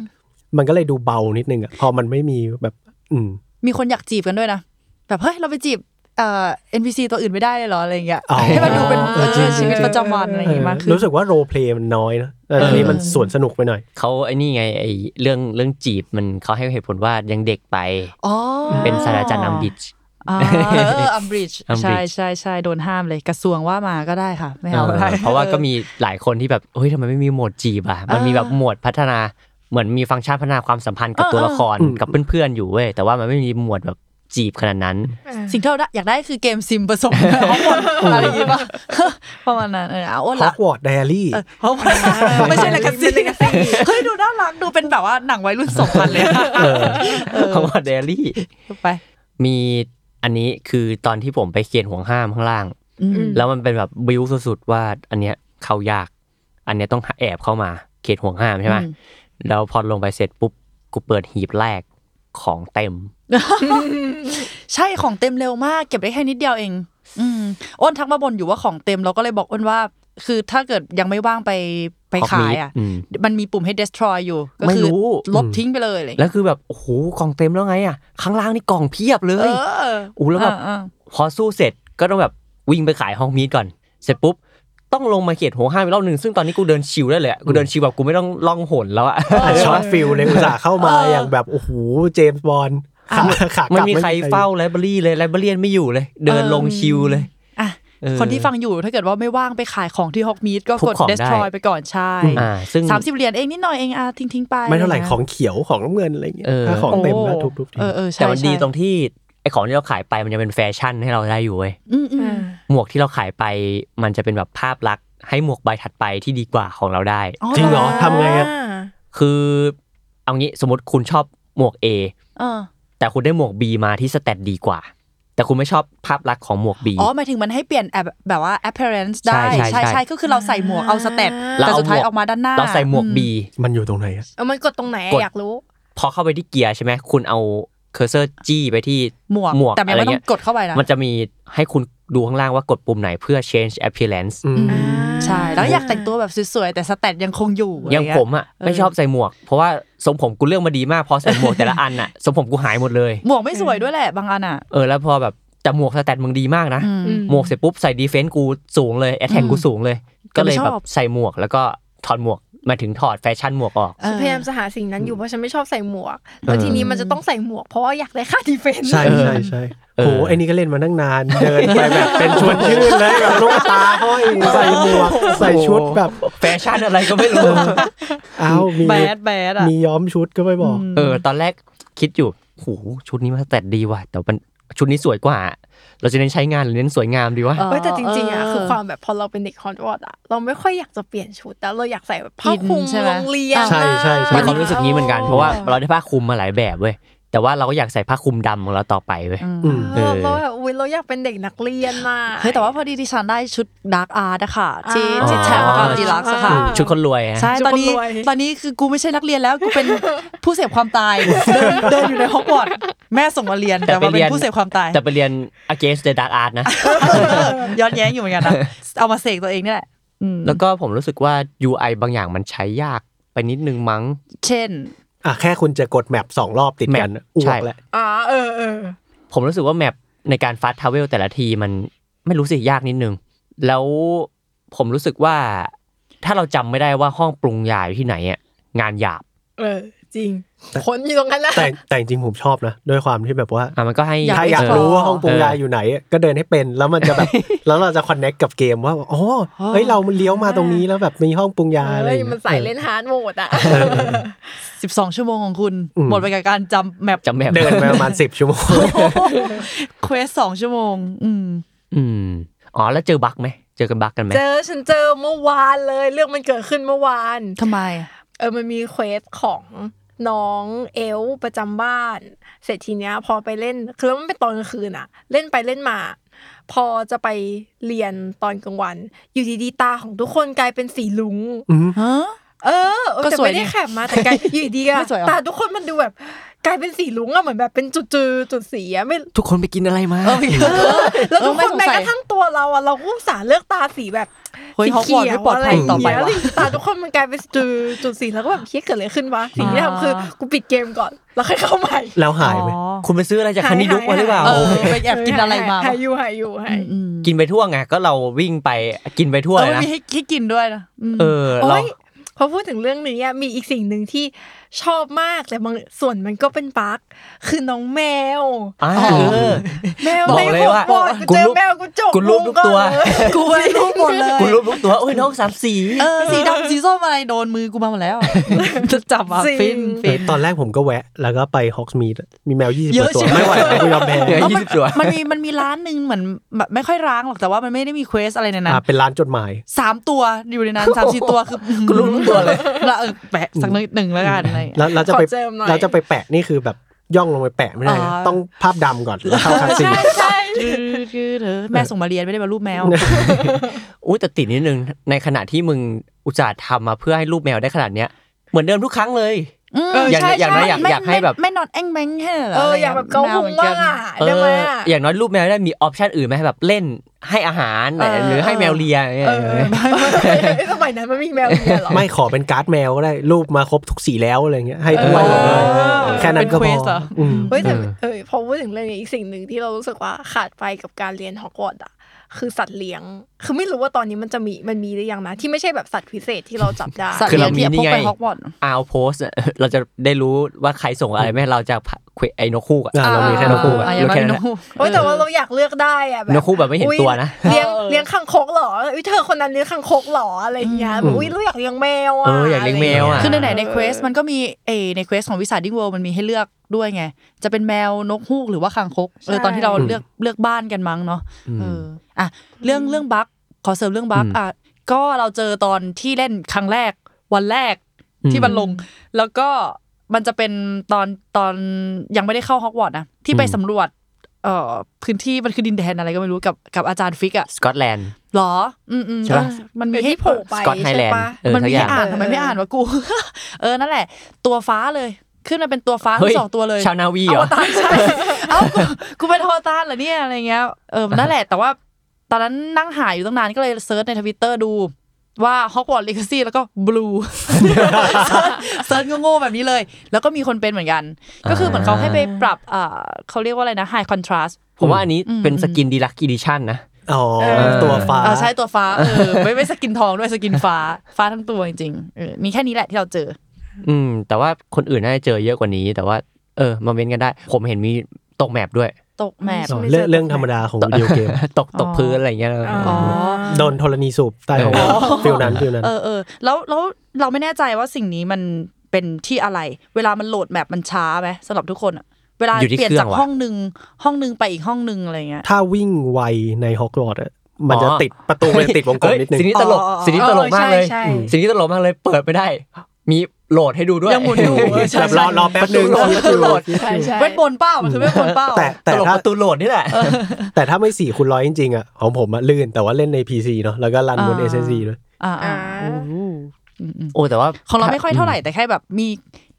S2: มันก็เลยดูเบานิดนึงอ่ะพอมันไม่มีแบบ อืม
S1: มีคนอยากจีบกันด้วยนะ แบบเฮ้ย เราไปจีบเอ่อ NPC ตัวอื่นไม่ได้เลยเหรอ อะไรอย่างเงี้ย
S2: อ๋อ
S1: ให้มันดูเป็น
S2: เออจริงๆ
S1: ชีวิตประจำวันอะไรอย่างเงี้ยมากขึ้น
S2: รู้สึกว่าโรเพลย์มันน้อยนะแต่อันนี้
S3: เออ
S2: มันสวนสนุกไปหน่อย
S3: เขาไอ้นี่ไงไอ้เรื่องเรื่องจีบมันเขาให้เหตุผลว่ายังเด็กไป
S1: อ๋อ
S3: เป็นศาสตราจารย์นำดิช
S1: อ่าเอออัมบริดจ์
S3: Umbridge
S1: ใช่ใช่ใช่โดนห้ามเลย กระทรวงว่ามาก็ได้ค่ะ ไม่เอา
S3: เออ
S1: ได้
S3: เพราะว่าก็มีหลายคนที่แบบเฮ้ยทำไมไม่มีโหมดจีบอ่ะ มันมีแบบหมวดพัฒนาเหมือนมีฟังก์ชันพัฒนาความสัมพันธ์กับ
S1: เออ
S3: ตัวละคร
S2: เออ
S3: กับเพื่อนๆอยู่เว้ยแต่ว่ามันไม่มีหมวดแบบจีบขนาดนั้น
S1: สิ่งที่เราได้อยากได้คือเกมซิมผสมฮอกว อตส์อะไรอย่างเงี้ยป่ะประมาณนั้นเออเอาอ้วน
S2: ฮอ
S1: ละ
S2: กวอตส์ไดอารี่
S1: เพราะว่าไม่ใช่เลกาซี
S4: ไม่ใช่ Legacy
S1: เฮ้ยดูน่ารักดูเป็นแบบว่าหนังวัยรุ่นสองพันเลยอะ
S3: เพราะว่าเดลี่
S1: ไป
S3: มีอันนี้คือตอนที่ผมไปเขียนห่วงห้ามข้างล่าง
S1: อืม
S3: แล้วมันเป็นแบบบิวสุดๆว่าอันเนี้ยเข้ายาก อันเนี้ยต้องแอบเข้ามาเขตห่วงห้ามใช่ไหม
S1: อืม
S3: แล้วพอลงไปเสร็จปุ๊บกูเปิดหีบแรกของเต็ม
S1: ใช่ของเต็มเร็วมากเก็บได้แค่นิดเดียวเอง อืมอ้นทักมาบนอยู่ว่าของเต็มเราก็เลยบอกอ้นว่า คือถ้าเกิดยังไม่ว่างไปไปขายอ่ะ
S3: ออกมีอืม
S1: มันมีปุ่มให้ destroy อยู่ ก็
S3: ไม่
S1: คื
S3: รู้
S1: ลบทิ้งไปเลยอะไรอย่าง
S3: แล้ว
S1: เงี้ย
S3: คือแบบโอ้โหกล่องเต็มแล้วไงอ่ะข้างล่างนี่กล่องเพียบเล
S1: เอย อ
S3: โอ้แล้วแบบ
S1: อ่า
S3: พอสู้เสร็จก็ต้องแบบวิ่งไปขายห้องมีดก่อน เสร็จปุ๊บต้องลงมาเขตห่วงห้ามอีกรอบหนึ่งซึ่งตอนนี้กูเดินชิวได้เลยอะกูเดินชิวแบบกูไม่ต้องล่องหนแล้วอะ
S2: ช็อตฟิลเลยอุตส่าห์เข้ามาอย่างแบบโอ้โหเจมส์บอล
S1: ๆ
S2: ขาขาก
S3: ไม่
S2: ลับ
S3: มีใครเฝ้าไลบรารีเลยไลบรารีไม่อยู่เลย เดินลงชิวเลย
S1: อ่ะ
S3: เออ
S1: คนที่ฟังอยู่ถ้าเกิดว่าไม่ว่างไปขายของที่ฮอกมีดก็
S3: ทุบ
S1: กด
S3: ของได้
S1: destroy ไปก่อนใช่
S3: อ่า ซึ่ง
S1: สามสิบเหรียญเองนิดหน่อยเองอ่ะทิ้งทิ้งๆไป
S2: ไม่เท่าไหร่
S1: ะ
S2: ของเขียวของน้ำเงินอะไรอย่างเงี้ย
S3: เออ
S2: ถ้าของเต็มแล้ว
S1: โอ้
S2: ทุบๆที
S1: เออเออใช่
S3: แต่มันดี
S1: ใช่
S3: ตรงที่ไอของที่เราขายไปมันยังเป็นแฟชั่นให้เราได้อยู่เว้ย
S1: อืมอืม
S4: อ่า
S3: หมวกที่เราขายไปมันจะเป็นแบบภาพลักษณ์ให้หมวกใบถัดไปที่ดีกว่าของเราได้
S2: จริงเหรอทำไงอะ
S4: า
S3: คือเอางี้สมมติคุณชอบหมวก A
S1: เออ
S3: แต่คุณได้หมวก B มาที่สแตทดีกว่า แต่คุณไม่ชอบภาพลักษณ์ของหมวก B
S1: อ๋อหมายถึงมันให้เปลี่ยนแบบแบบว่า appearance ได้
S3: ใช่ใช่
S1: ใช่
S3: ใช่
S1: ใช่ก็คือเราใส่หมวกเอาสเต็ป
S3: เรา
S1: แต่
S3: เอา
S1: สุด
S3: หม
S1: ท้ายว
S3: ก
S1: ออกมาด้านหน้า
S3: เราใส่หมวก
S1: อื
S3: B
S2: มันอยู่ตรงไหนอะ
S4: เอามันกดตรงไหนอะ
S3: กด
S4: อยากรู้
S3: พอเข้าไปที่เกียร์ใช่ไหมคุณเอาเคอร์เซอร์จี้ไปที่
S1: หมวก
S3: หมวก
S1: แต่มัน
S3: อะไร
S1: ไม่ต้อ
S3: เงี้
S1: ง
S3: ย
S1: กดเข้าไปนะ
S3: มันจะมีให้คุณดูข้างล่างว่ากดปุ่มไหนเพื่อ change appearance
S2: อืม
S1: อืม
S4: อ่า
S1: ใช่แล้วอยากแต่งตัวแบบสวยๆแต่สเต็ปยังคงอยู่
S3: อย่าง
S1: ะไรเ
S3: ผมอ่ะไม่ชอบใส่หมวก เพราะว่าทรงผมกูเลือกมาดีมากพอใส่หมวกแต่ละอัน อ่ะทรงผมกูหายหมดเลย
S1: หมวกไม่สวยด้วยแหละบางอันอ่ะ
S3: เออแล้วพอแบบแต่หมวกสแตทมึงดีมากนะ
S1: อืม
S3: หมวกเสร็จปุ๊บใส่ดีเฟนต์กูสูงเลยแอ t แทก
S1: อืม
S3: กูสูงเลย
S1: ก็
S3: ก็
S1: ไม่
S3: เลย
S1: ชอบ
S3: แบบใส่หมวกแล้วก็ถอดหมวกหมายถึงถอดแฟชั่นหมวกออก
S1: เออ
S4: พยายามจะหาสิ่งนั้นอยู่เพราะฉันไม่ชอบใส่หมวก แล้วทีนี้มันจะต้องใส่หมวกเพราะว่าอยากได้ค่าดีเฟนซ์
S2: ใช่
S3: เออ
S2: ใช่ใช่
S3: เออ
S2: โหไอ้นี่ก็เล่นมาตั้งนาน เดินไปแบบเป็นชวนชื่นเลยแบบลูกตาห้อยใส่หมวกใส่ชุดแบบ
S3: แฟชั่นอะไรก็ไม่รู้
S2: อ้าวมี
S1: แบดแบดอ่ะ
S2: มีย้อมชุดก็ไม่บอก
S3: เออ ตอนแรกคิดอยู่โหชุดนี้มันสแตทดีว่ะ แต่มันชุดนี้สวยกว่า เราจะเน้นใช้งานหรือเน้นสวยงามดีวะ
S4: เว้ยแต่จริงๆอ่ะคือความแบบพอเราเป็นเด็กฮอตวอตอ่ะเราไม่ค่อยอยากจะเปลี่ยนชุดแต่เราอยากใส่แบบผ้าคลุม
S1: อินใช่ไหม
S4: โรงเรียน
S2: ใช่ใช่ใช่
S3: มีความรู้สึกนี้เหมือนกัน เพราะว่าเราได้ผ้าคลุมมาหลายแบบเว้ย แต่ว่าเราก็อยากใส่ผ้าคลุมดำของเราต่อไปเว้ย
S1: อืม
S2: อืม
S4: เออเราแบบอุ้ยเราอยากเป็นเด็กนักเรียนมาก
S1: เฮ้ยแต่ว่าพอดีดิฉันได้ชุดดาร์กอาร์ตอะค่ะที่
S4: อ่า
S1: ที่แชร์ของดีลักซ์อะค่ะ
S4: อ่า
S3: ชุดคนรวยฮะ
S1: ใช่
S4: ชุด
S1: ตอนนี้
S4: คนรวย
S1: ตอนนี้คือกูไม่ใช่นักเรียนแล้วกูเป็น ผู้เสพความตายเดินเดินอยู่ในฮอกวอตส์แม่ส่งมาเรียนแต่ว่าเป็นผู้เสพความตาย
S3: แต่ไปเรียน against the dark art นะ
S1: ย้อนแย้งอยู่เหมือนกันนะเอามาเสกตัวเองนี่แหละอืม
S3: แล้วก็ผมรู้สึกว่า UI บางอย่างมันใช้ยากไปนิดนึงมั้ง
S1: เช่น
S2: อ่ะแค่คุณจะกดแมปสองรอบติดกัน
S3: แมป
S2: อ้
S3: ใช่
S2: วกแล้ว
S4: อ่าเออเออ
S3: ผมรู้สึกว่าแมปในการฟาสทาวเวลแต่ละทีมันไม่รู้สึกยากนิดนึง แล้วผมรู้สึกว่าถ้าเราจำไม่ได้ว่าห้องปรุงยาอยู่ที่ไหนอ่ะงานหยาบ
S4: เออจริงผลอยู่ตรงนั้นแหละ
S2: แต่แต่จริงๆผมชอบนะ ด้วยความที่แบบว่า
S3: อ่ะมันก็ให้
S1: อยาก
S2: ถ้า
S1: ไป
S2: อยากรู้
S1: ต่อ
S2: ว่าห้องปรุง
S3: เออ
S2: ยาอยู่ไหน ก็เดินให้เป็นแล้วมันจะแบบ แล้วเราจะคอนเน็กกับเกมว่าอ๋อเฮ้ยเราเลี้ยวมาตรงนี้แล้วแบบมีห้องปรุงยาอะไรอ
S4: เฮ้ย
S2: ย่าง
S4: มัน
S2: เงี้ย
S4: ใส่เล่นฮาร์ดโหมดอ่ะ
S1: 12 ชั่วโมงของคุณ
S2: อืม
S1: หมดไปกับการจำแมป
S3: จำแม ป
S2: เดินไปประมาณสิบชั่วโมง
S1: เควสสองชั่วโมง อืม
S3: อืมอ๋อแล้วเจอบั๊กไหมเจอกันบั๊กกันไหม
S4: เจอฉันเจอเมื่อวานเลย เรื่องมันเกิดขึ้นเมื่อวาน
S1: ทำไมอะ
S4: เออมันมีเควสของน้องเอลประจำบ้าน เสร็จทีเนี้ย พอไปเล่นคือแล้วมันเป็นตอนกลางคืนอะเล่นไปเล่นมา พอจะไปเรียนตอนกลางวัน อยู่ดีๆตาของทุกคนกลายเป็นสีลุง
S1: ฮะ
S4: เออเออ
S1: ก็
S4: แต่
S1: สวย
S4: ไม่
S1: นี่
S4: ได้แคบมาแต่กลายอยู่ดีๆอะ
S1: ไม่สวยหรอ
S4: ตาทุกคนมันดูแบบ กลายเป็นสีลุงอะเหมือนแบบเป็นจุดๆจุดสีอะไม่
S3: ทุกคนไปกินอะไรมา
S4: แล้วทุก
S1: เออไม่
S4: คน
S1: สง
S4: แม้
S1: สัย
S4: กระทั่งตัวเราอะเราก็อุตส่าห์เลือกตาสีแบบ
S1: เฮ้ย
S4: สีเขีย
S1: เขาบอกไม่ปลอด
S4: วอะไร
S1: ภัยต่อไป
S4: ย่าง
S1: ว่ะ
S4: เงี้ยตาทุกคนมันกลายเป็นจุดจุดสีแล้วก็แบบเคียเกิดอะไรขึ้นวะสิ่งที่
S1: อ่า
S4: ทำคือกูปิดเกมก่อนแล้วค่อยเข้าใหม่
S2: แล้วหายไหม
S1: อ๋อ
S3: คุณไปซื้ออะไรจากคันนี้ดุกมาหรือเปล่า
S1: เออไปแอบกินอะไรมา
S4: หายอยู่หายอยู่หายอยู่
S1: อืม
S3: กินไปทั่วไงก็เราวิ่งไปกินไปทั่ว
S1: เอ
S3: เล
S1: อย มัน
S3: นะ
S1: มีให้ให้กินด้วยนะม
S3: เออเรา
S4: โอ้ยพอพูดถึงเรื่องนี้อะมีอีกสิ่งหนึ่งที่ชอบมากแต่บางส่วนมันก็เป็นบั๊กคือน้องแมว
S3: อ่าเออ
S4: แมว
S3: บอก
S4: ไม่
S3: เลย
S4: หัว
S3: ว่า
S4: ปอดกูเจอ
S3: กูรูป
S4: แมวกูจก
S3: กูรูปทุกตัว
S4: มุมอนเลย
S1: กูไม่รู้หมดเลย
S3: กูรู้ทุกตัวโอ้ยน้องสามสี
S1: เออสีดำสีส้มอะไรโดนมือกูมาหมด แล้วจะจับอ่ะฟินฟิน
S2: ตอนแรกผมก็แวะ แล้วก็ไปฮอกส์มีดมีแมวยี่สิบ
S3: เยอะ
S2: ตัว
S3: ใช่ไหม
S2: ไม่ไหวไม่ยอมแพ้
S3: เหลือยี่สิบตัว
S1: มันมีมันมีร้านหนึ่งเหมือนแบบไม่ค่อยร้างหรอกแต่ว่ามันไม่ได้มีเควสอะไรในนั้น
S2: อ่ะเป็นร้านจดหมาย
S1: สามตัวอยู่ในนั้นสามสี่ตัวคือ
S3: กูรู้ทุกตัวเลย
S1: แล้วเออแปะสักนิดหนึ่งแล้วกันอะไรอย่างเงี้ย
S2: แล้วเราจะไป
S4: ขอเจิมหน่อย
S2: เราจะไปแปะนี่คือแบบย่องลงไปแปะไม่ได้นะ
S1: อ๋อ
S2: ต้องภาพดำก่อนแล้วเข้าคัสซีน
S4: ใช่ใช่
S1: คือคือเธอแม่ส่งมาเรียนไม่ได้มารูปแมว
S3: อุ้ยแต่ติดนิดนึงในขณะที่มึงอุตส่าห์ทำมาเพื่อให้รูปแมวได้ขนาดเนี้ยเหมือนเดิมทุกครั้งเลย
S4: เออ
S3: อย่าง
S4: ใช่
S3: น้อยอย่างน้อยอยาก
S1: ไม่
S3: อยากให้แบบ
S1: ไม่ไม่นอนแอ้งแมงแค่เหร
S4: เอออยากแบบเกาพุงบ้างอ่ะ
S3: เอ
S4: ได้ไหม
S3: อ
S4: อะ
S3: อย่างน้อยรูปแมวได้มีออปชันอื่นไหมแบบเล่นให้อาหารหรือให้แมวเลียอย่างเงี้ย
S4: เออเฮ้ยสมัยนั้นมันมีแมวเลียเหรอ
S2: ไม่ขอเป็นการ์ดแมวก็ได้รูปมาครบทุกสีแล้วอะไรเงี้ยให้ด้วย
S4: เออ
S2: แค่นั้นก็พ
S1: เป็
S2: อ
S1: เวสเหรอ
S2: อืม
S4: เฮ้ยแต่เออพอพูดถึงเรื่องนี้อีกสิ่งหนึ่งที่เรารู้สึกว่าขาดไปกับการเรียนฮอกวอตส์อ่ะคือสัตว์เลี้ยง คือไม่รู้ว่าตอนนี้มันจะมีมันมีหรือยังนะ ที่ไม่ใช่แบบสัตว์พิเศษที่เราจับได้
S1: สัตว์
S3: คือเรามีนี่ไง
S1: เดี๋ยวพกไป Hogwarts
S3: อาโพสเราจะได้รู้ว่าใครส่งอะไรแม่เราจาก ไอ้นกคู่อะ
S2: อ่า
S3: เรามีแค่นกคู่อะ
S1: อ่า
S3: รู้แค่
S1: อ่าน
S3: นั้นอะ
S1: กฮูก
S4: โอ้ยแต่ว่าเราอยากเลือกได้อะแบบ
S3: นกฮูกแบบไม่เห็น
S4: อุ๊ย
S3: ตัวนะ
S4: เลี้ยง
S1: เออ
S4: เลี้ยงขังคกเหรออุ้ยเธอคนนั้นเลี้ยงขังคกเหรออะไรอย่างเงี้ยแบบอุ้ยเราอยากเลี้ยงแมวอะ
S3: เอออยากเลี้ยงแมวอะ
S1: คือในไหนๆในเควสมันก็มีเออในเควสของวิสาดิ้งเวิลมันมีให้เลือกด้วยไง จะเป็นแมวนกฮูกหรือว่าคางคกเออตอนที่เราเลือกเลือกบ้านกันมั้งเนาะเอออ่ะเรื่องเรื่องบั๊กขอเสริมเรื่องบั๊ก
S3: อืม
S1: อ่ะก็เราเจอตอนที่เล่นครั้งแรกวันแรก
S3: อืม
S1: ที่มันลง แล้วก็มันจะเป็นตอนตอนยังไม่ได้เข้าฮอกวอตส์นะที่ไปสำรวจเอ่อพื้นที่มันคือดินแดนอะไรก็ไม่รู้กับกับอาจารย์ฟิกอะ
S3: สกอตแลนด์
S1: หรอ อืมอืม
S3: ใช่ปะ
S1: เออมันมี
S4: เดี๋ยว
S1: ให้
S4: ที่โผล่ไป
S3: สกอตไฮแลนด์
S4: ใช่ปะ
S3: เออ
S1: มัน
S3: ทัก
S1: มี
S3: อ
S1: ให้
S3: ย่าง
S1: อ่าน
S4: เออ
S1: ทำไมไม่อ่านวะกู เออนั่นแหละ ตัวฟ้าเลย ขึ้นมาเป็นตัวฟ้าทั้
S3: เฮ้ย
S1: งสองตัวเลย
S3: ชาวนาวี
S1: อ
S3: เหรอ
S1: วตารใช่ เอ้ากูกูเป็นอวตารเหรอเนี่ยอะไรเงี้ยเออนั่นแหละ แต่ว่า ตอนนั้นนั่งหาอยู่ตั้งนานก็เลยเซิร์ชในทวิตเตอร์ดู ว่าฮอกวอตส์เล g ซี่แล้วก็บลู เซิร์ชก็โง่ๆแบบนี้เลย แล้วก็มีคนเป็นเหมือนกัน ก็คือเหมือนเขาให้ไปปรับเอ่อเขาเรียกว่าอะไรนะไฮคอนทราส
S3: ผมว่าอันนี้
S1: อืม
S3: เป็นสกินดีลักอีดิชั่นนะ
S2: อ๋อ
S4: เออ
S2: ตัวฟ้า
S1: อ่าใช่ตัวฟ้าเออไม่ไม่สกินทองด้วยสกินฟ้าฟ้าทั้งตัวจริงๆเออมีแค่นี้แหละที่เราเจอ
S3: อืม แต่ว่าคนอื่นน่าจะเจอเยอะกว่านี้ แต่ว่า เออ มาเว้นกันได้ ผมเห็นมีตกแมปด้วย
S1: ตกแมป
S4: ใช่
S2: เรื่องเรื่องธรรมดาของวิดีโอเกม
S3: ตกตกพื้นอะไรอย่างเงี้ย
S1: อ๋อ
S2: โดนธรณีสูบใต้ห้องน้ำฟิลนั้นฟิลนั้น
S1: เออเออแล้วแล้วเราไม่แน่ใจว่าสิ่งนี้มันเป็นที่อะไร เวลามันโหลดแมปมันช้าไหมสำหรับทุกคนอะเวลา
S3: อยู่ที่
S1: เปลี่ยน
S3: เครื่
S1: จา
S3: อก งว่ะ
S1: ห้องหนึ่งห้องหนึ่งไปอีกห้องหนึ่งอะไรเงี้ย
S2: ถ้าวิ่งไวในฮอกวอตส์อะมันจะ
S3: อ๋อ
S2: ติดประตูมันจะติดวงกลม
S3: เฮ้ย
S2: นิดนึง
S3: สิ่งนี้ตลก
S1: อ๋ออ๋อ
S3: สิ่งนี้ตลกมากเลย
S4: ใช่ใช่
S3: สิ่งนี้ตลกมากเลย เปิดไม่ได้ มีโหลดให้ดูด้วย
S1: ยังหมุนอยู่เออใช่
S2: แบบรอรอแป๊บนึง
S3: ประตูโหลดประตูโหลด
S4: ใช่ใช่
S1: เวทบนต์เป้ามันคือเวทบนต์เป้า
S2: แต่
S3: ต
S2: แต่
S3: ลก
S2: ถ้า
S3: ประตูโหลดนี่แหละ
S2: แต่ถ้าไม่สี่คูณร้อยจริงๆอ่ะของผมอะลื่นแต่ว่าเล่นใน PC เนาะแล้วก็รันบน SSD ด้วย
S1: อ่าอ่า
S4: อ่า
S1: โอ้อืม
S3: โอ้ แต่ว่า
S1: ๆของเราไม่ค่อยเท่าไหร่แต่แค่แบบมี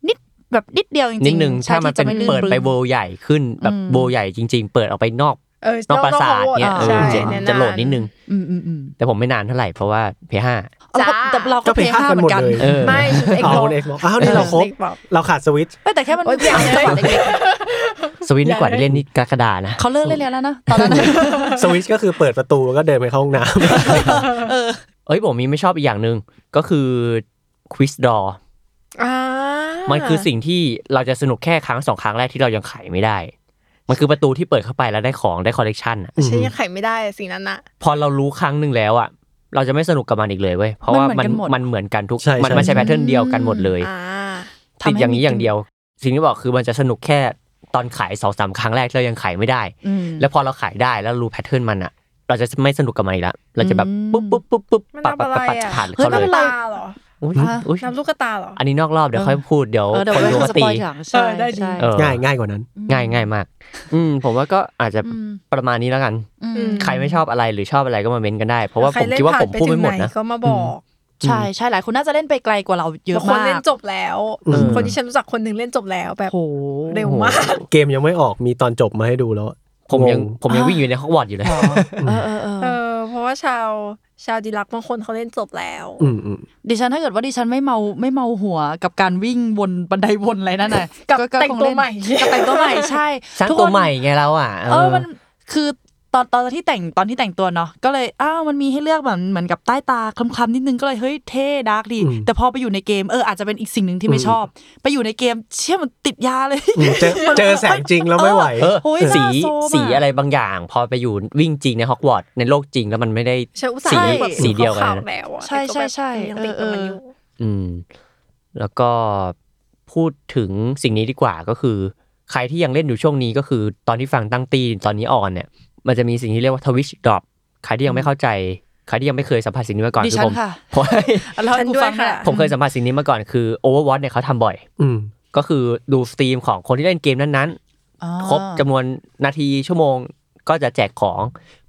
S1: นิดแบบนิดเดียวจริงๆ
S3: นิดนึง
S1: ใช่
S3: ถ้ามัน
S1: ที่จะ
S3: เป็น
S1: ไม่ลื่
S3: เปิดไปเว
S1: ง
S3: ลใหญ่ขึ้น แบบ
S1: อืม
S3: เวลใหญ่จริง ๆ เปิดออกไปนอก
S4: เออน
S3: อกปราสาทเนี่ย
S4: น
S3: เอ
S4: อ
S3: อ
S4: กใช่
S3: จะ
S4: แน่นอน
S3: จะโหลดนิดนึง
S1: อืมอืมอืม
S3: แต่ผมไม่นานเท่าไหร่เพราะว่าเพย์ห้ า
S1: เอาก็
S4: จ้า
S1: แต่เรา
S2: ก็
S1: ก็
S2: ไป
S1: เพย์
S2: ห้า
S1: ห้า
S2: กัน
S1: เหมื
S2: หม
S1: อ
S2: ด
S1: นกัน
S2: เลย
S3: เออ
S4: ไม่ฉัน Xbox
S2: เอาบน Xbox อ้าวนี่เราครบ
S4: Xbox
S2: เราขาดสวิตช์
S1: เอ้ยแต่แค่มัน
S4: โอ๊ยอย่างนั้น
S1: จังหวะเล็ก
S3: สวินนี่กว่าจะเล่นนี่กรกฎานะ
S1: ๆเขาเลิกเล่นแล้วนะตอนนั้นนะ
S2: สวิตช์ก็คือเปิดประตูแล้วก็เดินไปเข้าห้องน้ำ
S1: เออ
S3: เอ้ยผมมีไม่ชอบอีกอย่างหนึ่งก็คือควิสดอ
S4: อ่า
S3: มันคือสิ่งที่เราจะสนุกแค่ครั้งสองครั้งแรกที่เรายังไขไม่ได้ มันคือประตูที่เปิดเข้าไปแล้วได้ของได้คอลเลกชันอะ
S4: ฉันยังไขไม่ได้สิ่งนั้นอะ
S3: พอเรารู้ครั้งหนึ่งแล้วอ่ะเราจะไม่สนุกกับมันอีกเลยเว้ยเพราะว่า
S1: มั
S3: มั
S1: น
S3: น
S1: เหมือนกันหมด
S3: มันเหมือนกันทุก
S2: ใช่ใช่
S3: มันไม่ใช่แพทเทิร์นเดียวกันหมดเลย
S4: อ่า
S3: ติด
S1: ทำให้
S3: อย่างนี้
S1: มี
S3: อย่างเดียว สิ่งที่บอกคือมันจะสนุกแค่ตอนขายสองสามครั้งแรกที่เรายังขายไม่ได้
S1: อืม
S3: แล้วพอเราขายได้แล้วรู้แพทเทิร์นมันอ่ะ เราจะไม่สนุกกับมันอีกละเราจะแบบ
S1: อืม
S3: ปุ๊บปุ๊บปุ๊บปุ๊บ
S4: มัน
S3: ปัดปัด
S4: ทำอะไร
S3: ปัดปัด
S4: อะ
S3: ผ่าน
S1: เฮ้ย
S3: เขา
S1: มั
S3: เล
S1: นป็
S3: ย
S1: น
S4: ตาเหรอ
S3: อุ๊ยอุ๊ย
S4: น้ำลูกกระตาเหรอ
S3: อันนี้นอกรอบเดี๋ยวค่อยพูดเดี๋ยว
S1: เออเดี๋ยว
S3: คน
S1: ไป
S3: รู้
S1: คน
S3: ว่า
S1: ส
S3: ตี
S1: ปอยหลังใช่
S4: เออได้ดี
S1: ใช่
S3: เออ
S2: ง่ายง่ายกว่านั้น
S3: ง่ายง่ายมาก อืมผมว่าก็อาจจะ
S1: อืม
S3: ประมาณนี้แล้วกัน
S1: อืม
S3: ใครไม่ชอบอะไรหรือชอบอะไรก็มาเม้นกันได้ เพราะว่า
S4: ใค
S3: ผม
S4: ล่น
S3: คิดว่า
S4: ผ่
S3: ผมพูดไม่หมดนะ
S4: ปถึงนก็มาบอก
S1: ใช่ใช่หลายคนน่าจะเล่นไปไกลกว่าเราเยอะ
S4: บางคน
S1: มาก
S4: เล่นจบแล้ว
S2: อืม
S4: คนที่ฉันรู้จักคนหนึ่งเล่นจบแล้วแบบ
S1: โห
S4: เร็วมาก
S2: เกมยังไม่ออกมีตอนจบมาให้ดูแล้ว
S3: ผมยัง
S2: งง
S3: ผมยัง
S1: อ่ะ
S3: วิ่งอยู่ในฮอกวอตส์อยู่เลย
S1: เออเออเออ
S4: เออเพราะว่าชาวชาวดีลักบางคนเขาเล่นจบแล้ว
S2: อืมอืม
S1: ดิฉันถ้าเกิดว่าดิฉันไม่เมาไม่เมาหัวกับการวิ่งวนบันไดวนอะไรนั่นน่ะ
S4: กับ
S1: ค
S4: แต่งตัว
S1: เล่น
S4: ใหม่
S1: กับแต่งตัวใหม่ใช่
S3: สร้าง
S1: ทุก
S3: ตัว
S1: คน
S3: ใหม่ไงเราอ่ะ
S1: เออมันคือตอนตอนที่แต่งตอนที่แต่งตัวเนาะก็เลยอ้าวมันมีให้เลือกแบบเหมือนกับใต้ตาคล้ำๆนิดนึงก็เลยเฮ้ยเท่ดาร์กดีแต่พอไปอยู่ในเกมเอออาจจะเป็นอีกสิ่งหนึ่งที่ไม่ชอบ ไปอยู่ในเกมเชื่อมันติดยาเลย
S2: อืมเจอเจอแสงจริงแล้วไม่ไหว
S3: เออ
S1: โอ้ย
S3: สี
S1: น่าโซมอะ
S3: สีอะไรบางอย่าง พอไปอยู่วิ่งจริงในฮอกวอตส์ในโลกจริงแล้วมันไม่ได้
S4: ใช่อุตส่า
S3: สี
S4: ห์แบบ
S3: สีเดียวกัน
S4: ขา
S3: นะ
S4: ๆแล้วอะ
S1: ใช่ใช่ใช่
S4: ยังติดกับมันอยู่
S3: อืม แล้วก็พูดถึงสิ่งนี้ดีกว่าก็คือ ใครที่ยังเล่นอยู่ช่วงนี้ก็คือ ตอนที่ฟังตั้งตีตอนนี้ออนเนี่ย มันจะมีสิ่งที่เรียกว่าทวิชดรอปใครที่ยังไม่เข้าใจ ใครที่ยังไม่เคยสัมผัสสิ่งนี้มาก่อน
S1: ดิ
S3: คือ
S1: ฉัน
S3: ผม
S1: ค่ะ
S3: ผม
S1: แล้วให้กูฟัง
S4: ฉันด้วยค่ะ
S1: น่ะ
S3: ผมเคยสัมผัสสิ่งนี้มาก่อนคือ Overwatch เนี่ยเขาทำบ่อย
S2: อืม
S3: ก็คือดูสตรีมของคนที่เล่นเกมนั้น
S1: อ่า
S3: ๆ ครบจำนวนนาทีชั่วโมงก็จะแจกของ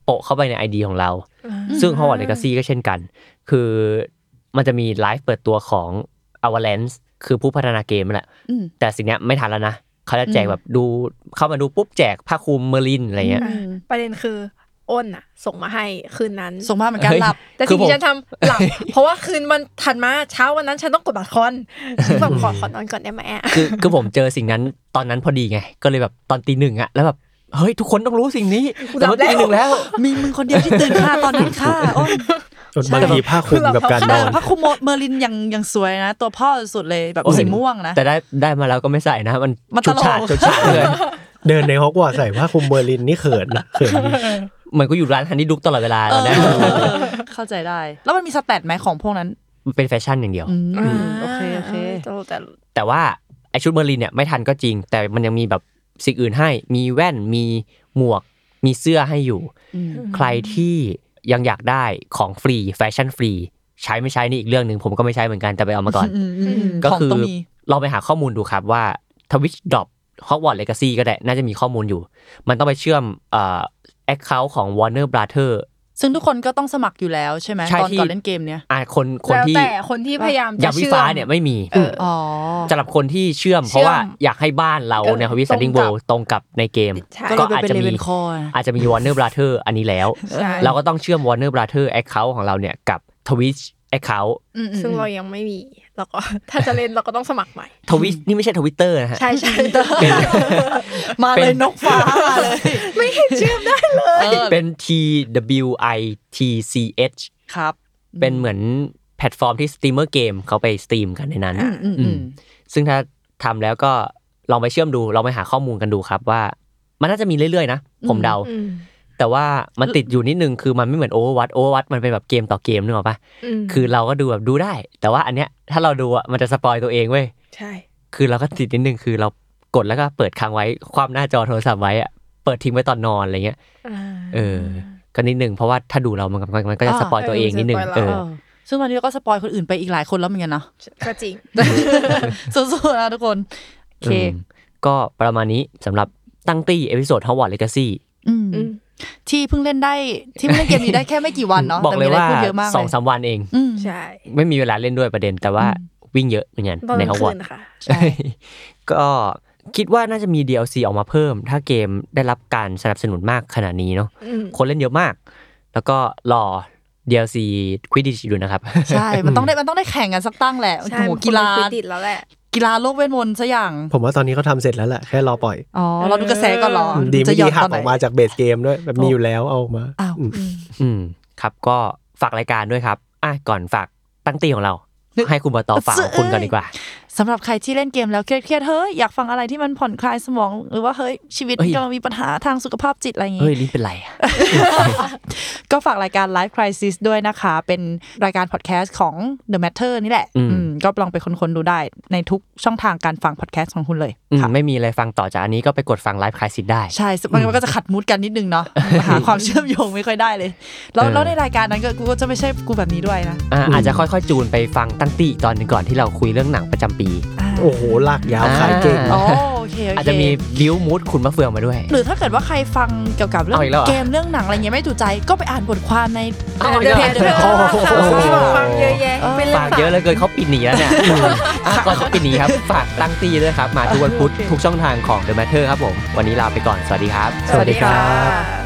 S3: โปะเข้าไปใน ID ของเรา ซึ่ง h o w a r d Legacy ก็เช่นกัน คือมันจะมีไลฟ์เปิดตัวของ Avalanche คือผู้พัฒนาเกมนั่นแหละ
S1: อืม
S3: แต่สิ่งเนี้ยไม่ทันแล้วนะ เขาจะแจก
S1: อืม
S3: แบบดูเข้ามาดูปุ๊บแจกผ้าคลุมเมอร์ลินอะไรเงี้ย
S4: อ่ะประเด็นคืออ้นอ่ะ ส่งมาให้คืนนั้น
S1: ส่งมาเหมือนกัน
S3: เฮ้ย
S1: หลับ
S4: แต่
S3: คือ
S4: สิ่ง
S3: ผม
S4: ที่ฉันทำหลับ เพราะว่าคืนวันถัดมาเช้าวันนั้นฉันต้องกดบัตรคอนฉันแบบขอขอนอนก่อนได้ไหมอะ
S3: คือคือผมเจอสิ่งนั้นตอนนั้นพอดีไง ก็เลยแบบตอนตีหนึ่งอะแล้วแบบเฮ้ยทุกคนต้องรู้สิ่งนี้แต่ว่าตีหนึ่งแล้ว
S1: มีมึงคนเดียวที่ตื่นค่าตอนนั้นค่าอ้น
S2: ส่วนบางทีผ้าคลุมกับการ
S1: ข
S2: น
S1: นาด
S2: อน
S1: พระครูโมเมอร์ลินยังยังสวยนะ ตัวพ่อสุดเลยแบบ
S3: โอ้ย
S1: สีม่วงนะ
S3: แต่ได้ได้มาแล้วก็ไม่ใส่นะ มัน
S1: มันต
S3: จุด
S1: ลก
S3: ฉาดจุดฉาดเลย
S2: เดินในฮอกวอตส์ใส่ผ้าคลุมเบอร์ลินนี่เขินนะเขินดี
S3: เหมือนกูอยู่ร้านฮันนี่ดุกตลอดเวลา
S1: เอ
S3: แล้ว
S1: อ
S3: นะ
S1: เข้าใจได้ แล้วมันมีสแตทไหมของพวกนั้น
S3: มันเป็นแฟชั่นอย่างเดียว
S1: อืม
S4: อ่า
S1: โอเคโอเค
S4: แต่
S3: แต่ว่าไอชุดเบอร์ลินเนี่ยไม่ทันก็จริง แต่มันยังมีแบบสิ่งอื่นให้ มีแว่นมีหมวก มีเสื้อให้อยู่
S1: อืม
S3: ใครที่ยังอยากได้ของฟรีแฟชั่นฟรี ใช้ไม่ใช้นี่อีกเรื่องหนึ่งผมก็ไม่ใช้เหมือนกันแต่ไปเอามาก่อน
S1: มมม
S3: ก็
S1: ของ
S3: คือ
S1: ต้องมี
S3: ลองไปหาข้อมูลดูครับว่าทวิชดอปฮอกวอตส์เลกาซีก็ได้ น่าจะมีข้อมูลอยู่ มันต้องไปเชื่อมเอ่อแอคเคาท์ของ Warner Brother
S1: ซึ่งทุกคนก็ต้องสมัครอยู่แล้วใช่ไหม
S3: ใช่
S1: ตอน
S3: ที่
S1: ก่อนเล่นเกมเนี้ย
S3: อ่าคนคน
S4: แล้ว
S3: ที่
S4: แต่คนที่พยายาม
S3: ยา
S4: จะ
S3: วิ
S4: เชื่อ
S3: ฟ้าม เนี่ยไม่มี
S4: เออ
S1: อ๋อ
S3: สำหรับคนที่เชื่อม
S4: เชื่อม
S3: เพราะว่าอยากให้บ้านเรา
S4: เออ
S3: ในฮวิสซันดิงโบ
S4: ตรงกับ
S3: ตรงกับในเกม
S4: ใช่
S3: ก็
S1: ก็เลย
S3: อาจ
S1: เป็น
S3: จะ
S1: เล
S3: มี
S1: เวนคอร์
S3: อาจจะมี Warner Brother อันนี้แล้ว
S4: ใช่
S3: เราก็ต้องเชื่อม Warner Brother Account ของเราเนี่ยกับ Twitch Account
S4: ซึ่งเรายังไม่มีแล้วก็ ถ้าจะเล่นเราก็ต้องสมัครใหม่
S3: ทวิตนี่ไม่ใช่ทวิตเตอร์นะฮะ
S4: ใช่ใช่
S1: มา
S3: เป็
S1: เลย
S3: น
S1: นกฟ้ามาเลย
S4: ไม่เห็นเชื่อมได้เลย
S1: เออ
S3: เป็น T W I T C H
S1: ครับ
S3: เป็นเหมือนแพลตฟอร์มที่สตรีมเมอร์เกมเขาไปสตรีมกันในนั้น
S1: อืมอืมอืม
S3: ซึ่งถ้าทำแล้วก็ลองไปเชื่อมดู ลองไปหาข้อมูลกันดูครับว่า มันน่าจะมีเรื่อยๆนะ ผมเดา
S4: อืม
S3: แต่ว่ามันติดอยู่นิดนึงคือมันไม่เหมือนโอเวอร์วัตโอเวอร์วัตมันเป็นแบบเกมต่อเกมนึกออกปะ
S4: ม
S3: คือเราก็ดูแบบดูได้ แต่ว่าอันเนี้ยถ้าเราดูอะมันจะสปอยตัวเองเว้ย
S4: ใช่
S3: คือเราก็ติดนิดนึงคือเรากดแล้วก็เปิดค้างไว้ความหน้าจอโทรศัพท์ไว้อะเปิดทิ้งไว้ตอนนอนอะไรเงี้ย
S4: า
S3: เออ ก็นิดนึงเพราะว่าถ้าดูเรามันมันมันก็จะสปอยตัวเองนิดนึง
S4: เออ
S3: เออ
S1: เออซึ่งตอนนี้เราก็สปอยคนอื่นไปอีกหลายคนแล้วเหมือนกันนะ
S4: ก็จริง
S1: สู้ๆนะทุกคนโอเค
S3: อืมก็ประมาณนี้สำหรับตั้งตี้เอพิโซดฮาวเวิร์ดเลกาซี่
S1: อืมที่เพิ่งเล่นได้ที่เพิ่งเล่นเกมนี้ได้แค่ไม่กี่วันเนาะ
S3: บอกเลยว่า
S1: แต่มีะไรพูดเยอะมาก
S3: สอง
S1: เลย
S3: สามวันเอง
S1: อืม
S4: ใช่
S3: ไม่มีเวลาเล่นด้วยประเด็น แต่ว่า
S1: อืม
S3: วิ่งเยอะเหมือนกัน
S4: ตอน
S3: ใน
S4: กลา
S3: ฮาง วเวิ
S4: คื
S3: ร์
S4: น
S3: ด
S4: นะคะ
S1: ใช่
S3: ก็คิดว่าน่าจะมี DLC ออกมาเพิ่ม ถ้าเกมได้รับการสนับสนุนมากขนาดนี้เนาะ
S4: อืม
S3: คนเล่นเยอะมาก แล้วก็รอ DLC ควิดิชอยู่นะครับ
S1: ใช่มันต้องได้มันต้องได้แข่งกันสักตั้งแหละโอ้
S4: ใช่
S1: โห
S4: มันคง
S1: กีฬา
S4: เป็นติดแล้วแหละ
S1: กีฬาโลกเวทมนต์ซะอย่าง
S2: ผมว่าตอนนี้เขาทำเสร็จแล้วแหละแค่รอปล่อย
S1: อ๋อเราดูกระแสก่อนเหรอ
S2: ดีไม่
S1: จะยอ
S2: ดี
S1: ม
S2: หัก
S1: ตอน
S2: อ
S1: ไหน
S2: อกมาจากเบสเกมด้วยแบบมีอยู่แล้วเอามา
S1: อ้าว
S2: ม
S3: อืมครับก็ฝากรายการด้วยครับอ่ะก่อนฝากตั้งตี้ของเรา ให้คุณบอตอฝากของคุณก่อนดีกว่า
S1: สำหรับใครที่เล่นเกมแล้วเครียดๆเฮ้ยอยากฟังอะไรที่มันผ่อนคลายสมองหรือว่าเฮ้ยชีวิต
S3: เอ้ย
S1: กำลังมีปัญหาทางสุขภาพจิตอะไรอย่าง
S3: เฮ้ย
S1: งี้
S3: ลิ้นเป็นไรอะ
S1: ก็ฝากรายการ Life Crisis ด้วยนะคะ เป็นรายการพอดแคสต์ของ The Matter นี่แหละ
S3: อืม
S1: อืมก็ลองไปค้นๆดูได้ในทุกช่องทางการฟังพอดแคสต์ของคุณเลย
S3: อืม
S1: ค่ะ
S3: ไม่มีอะไรฟังต่อจากอันนี้ก็ไปกดฟังไลฟ์คลายสิทธิ์ได้
S1: ใช่มันก็จะขัดมูดกันนิดนึง เนาะหาความเชื่อมโยงไม่ค่อยได้เลย แล้ว
S3: เออ
S1: แล้วในรายการนั้นก็กูก็จะไม่ใช่กูแบบนี้ด้วยนะ
S3: อ่าอาจจะค่อยๆ จูนไปฟังตั้งตี้อีกตอนหนึ่งก่อนที่เราคุยเรื่องหนังประจำปี
S1: อ่า
S2: โอ้โหลากยาวขายเก่ง
S3: อ่า
S1: อ๋อโอเคโอเค
S3: อาจจะมีบิวมูดคุณมะเฟืองมาด้วย
S1: หรือถ้าเกิดว่าใครฟังเกี่ยวกับเรื่อง
S3: เอาอีกแล้วเหรอ
S1: เกมเรื่องหนังอะไรเงี้ยไม่ถูกใจก็ไปอ่านบทความใน
S3: เอาอีกแล้ว
S1: เพจเดอะ
S3: โอ้โห
S4: ฟังเยอะแยะไม่เล่น
S3: ฝากเยอะเหลยเกินเขาปิดหนีแล้วเนี่ยอ่ะก่อนเขาปิดหนีครับ ฝากตั้งตี้ด้วยครับ มาทุกวันพุธทุกช่องทางของ The Matter ครับผม วันนี้ลาไปก่อนสวัสดีครับ
S4: สวัสดีค่ะ